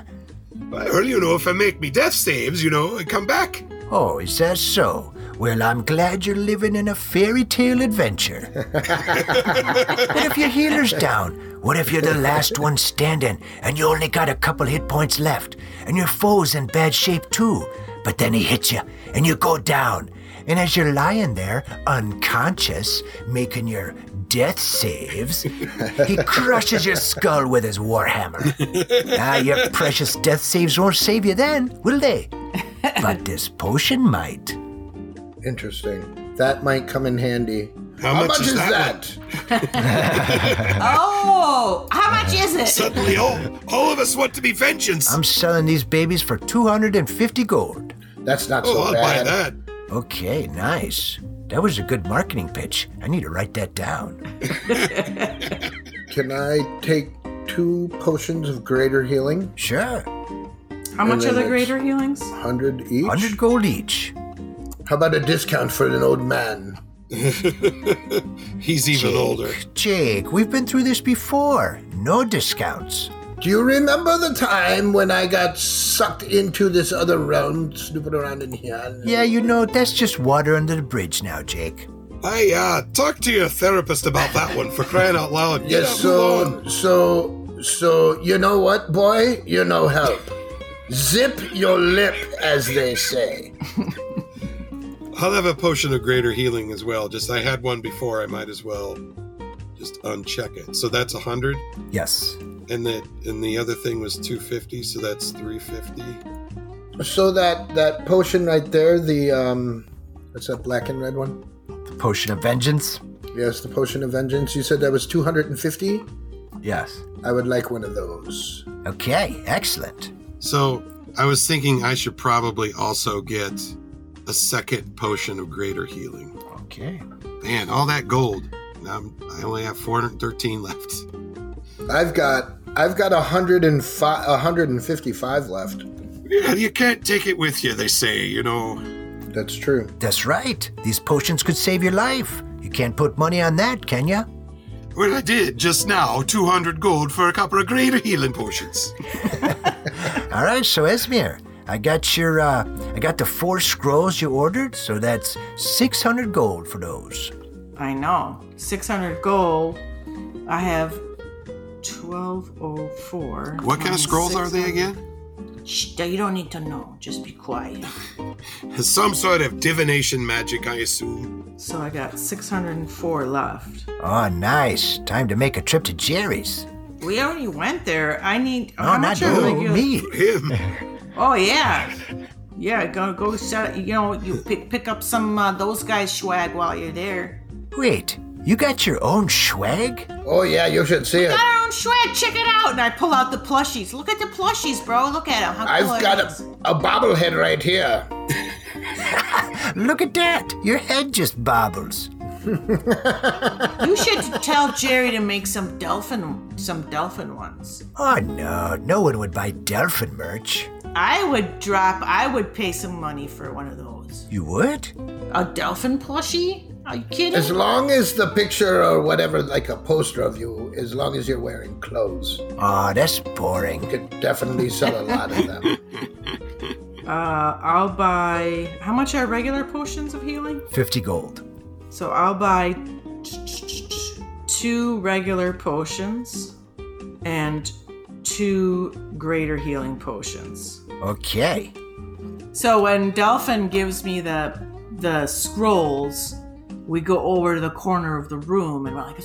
[SPEAKER 2] Well, you know, if I make me death saves, you know, I come back.
[SPEAKER 1] Oh, is that so? Well, I'm glad you're living in a fairy tale adventure. what if your healer's down? What if you're the last one standing and you only got a couple hit points left and your foe's in bad shape too? But then he hits you and you go down. And as you're lying there, unconscious, making your death saves, he crushes your skull with his warhammer. ah, your precious death saves won't save you then, will they? but this potion might.
[SPEAKER 3] Interesting. That might come in handy.
[SPEAKER 2] How,
[SPEAKER 3] How much is
[SPEAKER 2] that?
[SPEAKER 3] that?
[SPEAKER 2] one?
[SPEAKER 4] Oh, how much is it?
[SPEAKER 2] Suddenly, all all of us want to be vengeance.
[SPEAKER 1] I'm selling these babies for 250 gold.
[SPEAKER 3] That's not so
[SPEAKER 2] oh, I'll buy
[SPEAKER 3] bad.
[SPEAKER 2] that.
[SPEAKER 1] Okay, nice. That was a good marketing pitch. I need to write that down.
[SPEAKER 3] Can I take two potions of greater healing?
[SPEAKER 1] Sure.
[SPEAKER 6] How much
[SPEAKER 3] then
[SPEAKER 6] are the
[SPEAKER 3] it's-
[SPEAKER 6] greater healings?
[SPEAKER 3] 100 each?
[SPEAKER 1] 100 gold each.
[SPEAKER 3] How about a discount for an old man?
[SPEAKER 2] [laughs] He's even older.
[SPEAKER 1] Jake, we've been through this before. No discounts.
[SPEAKER 3] Do you remember the time when I got sucked into this other realm, snooping around in here?
[SPEAKER 1] Yeah, you know, that's just water under the bridge now, Jake.
[SPEAKER 2] I uh, talk to your therapist about that one for crying out loud. Get
[SPEAKER 3] Yes,
[SPEAKER 2] up
[SPEAKER 3] so,
[SPEAKER 2] alone.
[SPEAKER 3] so, so, you know what, boy? You're no help. Zip your lip, as they say.
[SPEAKER 2] I'll have a potion of greater healing as well. Just I had one before. I might as well just uncheck it. So that's a hundred,
[SPEAKER 1] Yes.
[SPEAKER 2] and the and the other thing was two fifty. So that's three fifty.
[SPEAKER 3] So that that potion right there, the um, what's that black and red one?
[SPEAKER 1] The potion of vengeance?
[SPEAKER 3] Yes, the potion of vengeance. You said that was 250.
[SPEAKER 1] Yes.
[SPEAKER 3] I would like one of those.
[SPEAKER 1] Okay, excellent.
[SPEAKER 2] So I was thinking I should probably also get a second potion of greater healing.
[SPEAKER 1] Okay.
[SPEAKER 2] Man, all that gold. Now I'm, I only have 413 left.
[SPEAKER 3] I've got I've got 105 155 left.
[SPEAKER 2] Yeah, you can't take it with you, they say, you know.
[SPEAKER 3] That's true.
[SPEAKER 1] That's right. These potions could save your life. You can't put money on that, can ya?
[SPEAKER 2] Well, I did just now 200 gold for a couple of greater healing potions.
[SPEAKER 1] All right, so Esmir, I got your, uh, I got the four scrolls you ordered, so that's 600 gold for those.
[SPEAKER 6] I know. 600 gold. I have 1204.
[SPEAKER 2] What kind of scrolls are they
[SPEAKER 6] 2600.
[SPEAKER 2] again?
[SPEAKER 4] Shh, you don't need to know. Just be quiet.
[SPEAKER 2] Some sort of divination magic, I assume.
[SPEAKER 6] So I got 604 left.
[SPEAKER 1] Oh, nice. Time to make a trip to Jerry's.
[SPEAKER 6] We already went there. I need.
[SPEAKER 1] Oh,
[SPEAKER 6] how
[SPEAKER 1] not
[SPEAKER 6] much
[SPEAKER 1] you,
[SPEAKER 6] are regular-
[SPEAKER 1] me.
[SPEAKER 2] Him.
[SPEAKER 6] Oh, yeah.
[SPEAKER 4] Yeah, go go. Set, you know, you pick pick up some uh, those guys' swag while you're there.
[SPEAKER 1] Wait, you got your own swag?
[SPEAKER 3] Oh yeah, you should see it.
[SPEAKER 4] Got our own swag. Check it out. And I pull out the plushies. Look at the plushies, bro. Look at them. How cool
[SPEAKER 3] I've
[SPEAKER 4] it
[SPEAKER 3] got
[SPEAKER 4] is.
[SPEAKER 3] a, a bobblehead right here.
[SPEAKER 1] Look at that. Your head just bobbles.
[SPEAKER 4] You should [laughs] tell Jerry to make some dolphin some dolphin ones.
[SPEAKER 1] Oh, no. No one would buy Delphin merch.
[SPEAKER 4] I would drop. I would pay some money for one of those.
[SPEAKER 1] You would?
[SPEAKER 4] A dolphin plushie? Are you kidding?
[SPEAKER 3] As long as the picture or whatever, like a poster of you, as long as you're wearing clothes,
[SPEAKER 1] Oh, that's boring.
[SPEAKER 3] you could definitely sell a lot of them.
[SPEAKER 6] Uh, I'll buy. How much are regular potions of healing?
[SPEAKER 1] 50 gold.
[SPEAKER 6] So I'll buy two regular potions and two greater healing potions.
[SPEAKER 1] Okay. [laughs]
[SPEAKER 6] So when Dolphin gives me the the scrolls, we go over to the corner of the room and we're like,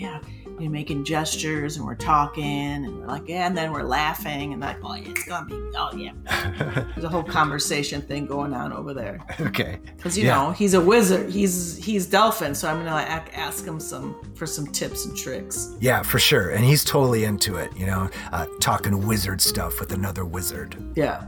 [SPEAKER 6] yeah. We're making gestures and we're talking and we're like, yeah, and then we're laughing and like, oh, yeah, it's gonna be, oh yeah. There's a whole conversation thing going on over there
[SPEAKER 1] Okay.
[SPEAKER 6] because you
[SPEAKER 1] Yeah.
[SPEAKER 6] know he's a wizard. He's he's Dolphin, so I'm gonna like, ac- ask him some for some tips and tricks.
[SPEAKER 1] Yeah, for sure. And he's totally into it, you know, uh, talking wizard stuff with another wizard.
[SPEAKER 6] Yeah.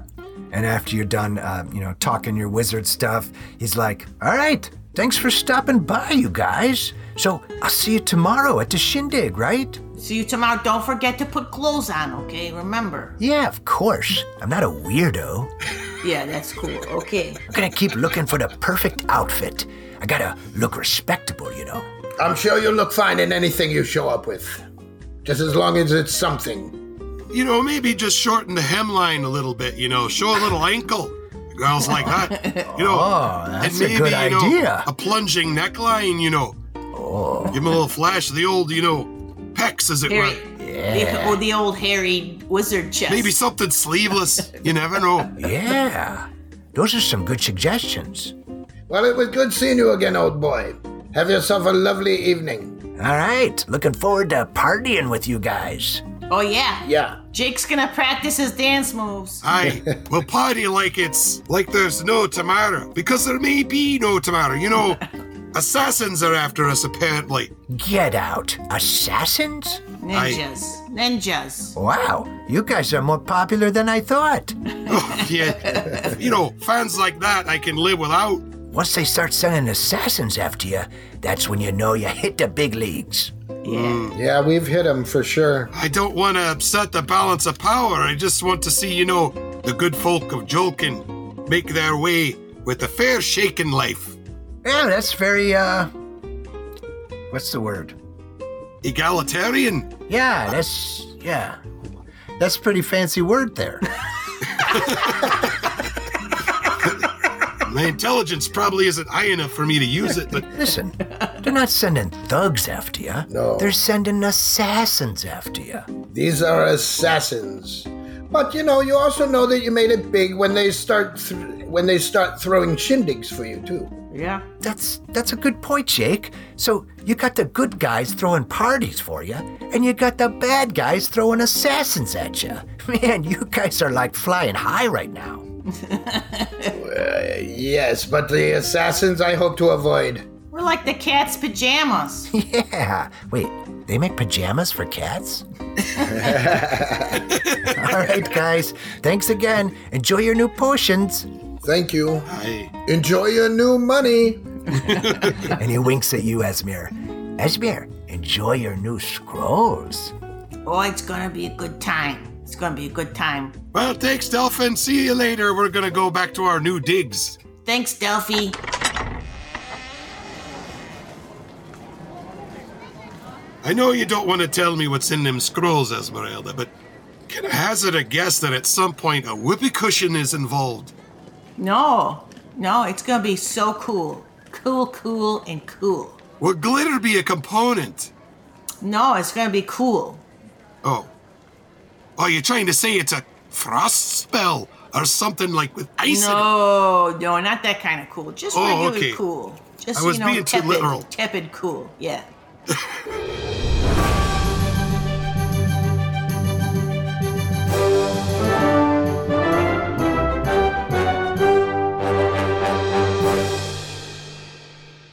[SPEAKER 1] And after you're done, uh, you know, talking your wizard stuff, he's like, all right, thanks for stopping by, you guys. So I'll see you tomorrow at the shindig, right?
[SPEAKER 4] See you tomorrow. Don't forget to put clothes on, okay? Remember.
[SPEAKER 1] Yeah, of course. I'm not a weirdo.
[SPEAKER 4] Yeah, that's cool. Okay.
[SPEAKER 1] I'm gonna keep looking for the perfect outfit. I gotta look respectable, you know.
[SPEAKER 3] I'm sure you'll look fine in anything you show up with, just as long as it's something.
[SPEAKER 2] You know, maybe just shorten the hemline a little bit, you know, show a little ankle. Girls like that. You know,
[SPEAKER 1] Oh, that's a good
[SPEAKER 2] you know,
[SPEAKER 1] [laughs] idea.
[SPEAKER 2] a plunging neckline, you know.
[SPEAKER 1] Oh,
[SPEAKER 2] Give him a little flash of the old, you know, pecs, as it
[SPEAKER 4] Harry.
[SPEAKER 2] were.
[SPEAKER 4] The, oh, the old hairy wizard chest.
[SPEAKER 2] Maybe something sleeveless. You never
[SPEAKER 1] [laughs]
[SPEAKER 2] know.
[SPEAKER 1] yeah. Those are some good suggestions.
[SPEAKER 3] Well, it was good seeing you again, old boy. Have yourself a lovely evening.
[SPEAKER 1] All right, looking forward to partying with you guys.
[SPEAKER 4] Oh yeah.
[SPEAKER 3] Yeah.
[SPEAKER 4] Jake's gonna practice his dance moves.
[SPEAKER 2] I
[SPEAKER 1] [laughs]
[SPEAKER 2] will party like it's like there's no tomorrow because there may be no tomorrow. You know, Assassins are after us, apparently.
[SPEAKER 1] Get out. Assassins?
[SPEAKER 4] Ninjas. Ninjas.
[SPEAKER 1] Wow, you guys are more popular than I thought.
[SPEAKER 2] Oh, yeah. you know, fans like that I can live without.
[SPEAKER 1] Once they start sending assassins after you, that's when you know you hit the big leagues.
[SPEAKER 3] Yeah, we've hit him for sure.
[SPEAKER 2] I don't want to upset the balance of power. I just want to see, you know, the good folk of Jolkin make their way with a fair shaken life.
[SPEAKER 1] Yeah, that's very, uh. What's the word?
[SPEAKER 2] Egalitarian?
[SPEAKER 1] Yeah, that's. Yeah. That's a pretty fancy word there.
[SPEAKER 2] My intelligence probably isn't high enough for me to use it, but
[SPEAKER 1] Listen, they're not sending thugs after you.
[SPEAKER 3] No.
[SPEAKER 1] They're sending assassins after you.
[SPEAKER 3] These are assassins. But you know, you also know that you made it big when they start th- when they start throwing shindigs for you too.
[SPEAKER 4] Yeah.
[SPEAKER 1] That's that's a good point, Jake. So you got the good guys throwing parties for you, and you got the bad guys throwing assassins at you. [laughs] Man, you guys are like flying high right now. [laughs]
[SPEAKER 3] Uh, Yes, but the assassins I hope to avoid.
[SPEAKER 4] We're like the cat's pajamas.
[SPEAKER 1] Yeah. Wait, they make pajamas for cats? [laughs] All right, guys. Thanks again. Enjoy your new potions.
[SPEAKER 3] Thank you.
[SPEAKER 2] I.
[SPEAKER 3] Enjoy your new money.
[SPEAKER 1] And he winks at you, Esmir. Esmir, enjoy your new scrolls.
[SPEAKER 4] Oh, it's gonna be a good time. It's gonna be a good time.
[SPEAKER 2] Well, thanks, Delphin. See you later. We're going to go back to our new digs.
[SPEAKER 4] Thanks, Delphi.
[SPEAKER 2] I know you don't want to tell me what's in them scrolls, Esmeralda, but can I hazard a guess that at some point a whoopee cushion is involved?
[SPEAKER 4] No, no, it's gonna be so cool. Cool, cool, and cool.
[SPEAKER 2] Will glitter be a component?
[SPEAKER 4] No, it's gonna be cool.
[SPEAKER 2] Oh. Oh, you're trying to say it's a frost spell or something like with ice in it?
[SPEAKER 4] No, no, not that kind of cool. Just
[SPEAKER 2] Oh,
[SPEAKER 4] regular
[SPEAKER 2] okay.
[SPEAKER 4] cool. Just
[SPEAKER 2] I was
[SPEAKER 4] you know,
[SPEAKER 2] being too
[SPEAKER 4] tepid,
[SPEAKER 2] literal.
[SPEAKER 4] tepid cool. Yeah.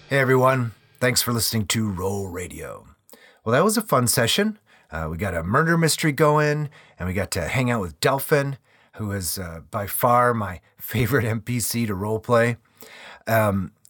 [SPEAKER 1] Hey, everyone. Thanks for listening to Roll Radio. Well, that was a fun session. Uh, we got a murder mystery going, and we got to hang out with Delphin, who is uh, by far my [laughs] favorite NPC to roleplay.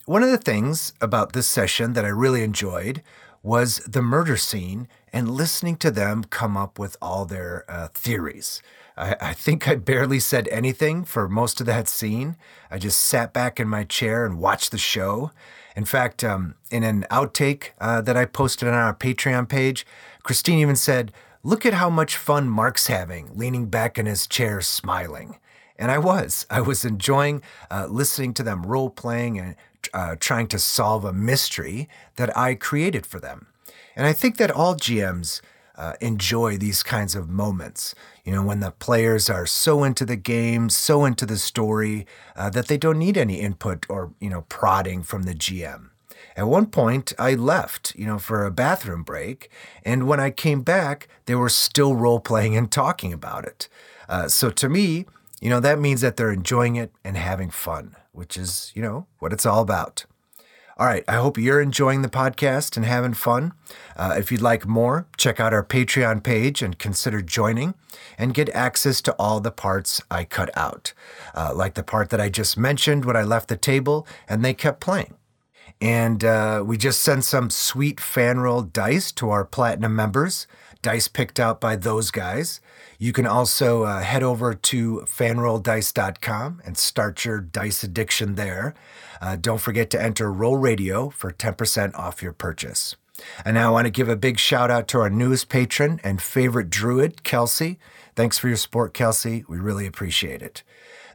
[SPEAKER 1] One of the things about this session that I really enjoyed was the murder scene and listening to them come up with all their uh, theories. I, I think I barely said anything for most of that scene. I just sat back in my chair and watched the show. In fact, um, in an outtake uh, that I posted on our Patreon page, Christine even said, Look at how much fun Mark's having, leaning back in his chair, smiling. And I was. I was enjoying uh, listening to them role playing and uh, trying to solve a mystery that I created for them. And I think that all GMs uh, enjoy these kinds of moments. You know, when the players are so into the game, so into the story, uh, that they don't need any input or, you know, prodding from the GM. At one point, I left, you know, for a bathroom break, and when I came back, they were still role playing and talking about it. Uh, so to me, you know, that means that they're enjoying it and having fun, which is, you know, what it's all about. All right. I hope you're enjoying the podcast and having fun. Uh, if you'd like more, check out our Patreon page and consider joining and get access to all the parts I cut out, uh, like the part that I just mentioned when I left the table and they kept playing. And uh, we just sent some sweet fan roll dice to our platinum members, dice picked out by those guys. You can also uh, head over to fanrolldice.com and start your dice addiction there. Uh, don't forget to enter Roll Radio for 10% off your purchase. And now I want to give a big shout out to our newest patron and favorite druid, Kelsey. Thanks for your support, Kelsey. We really appreciate it.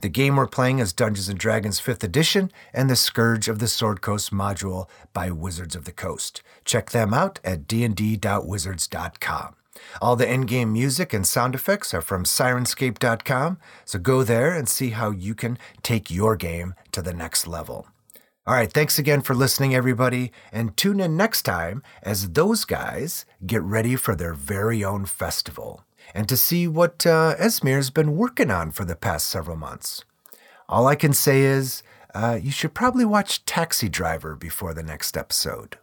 [SPEAKER 1] The game we're playing is Dungeons and Dragons 5th Edition and the Scourge of the Sword Coast module by Wizards of the Coast. Check them out at dnd.wizards.com. All the in-game music and sound effects are from sirenscape.com, so go there and see how you can take your game to the next level. All right, thanks again for listening, everybody, and tune in next time as those guys get ready for their very own festival and to see what uh, Esmir's been working on for the past several months. All I can say is uh, you should probably watch Taxi Driver before the next episode.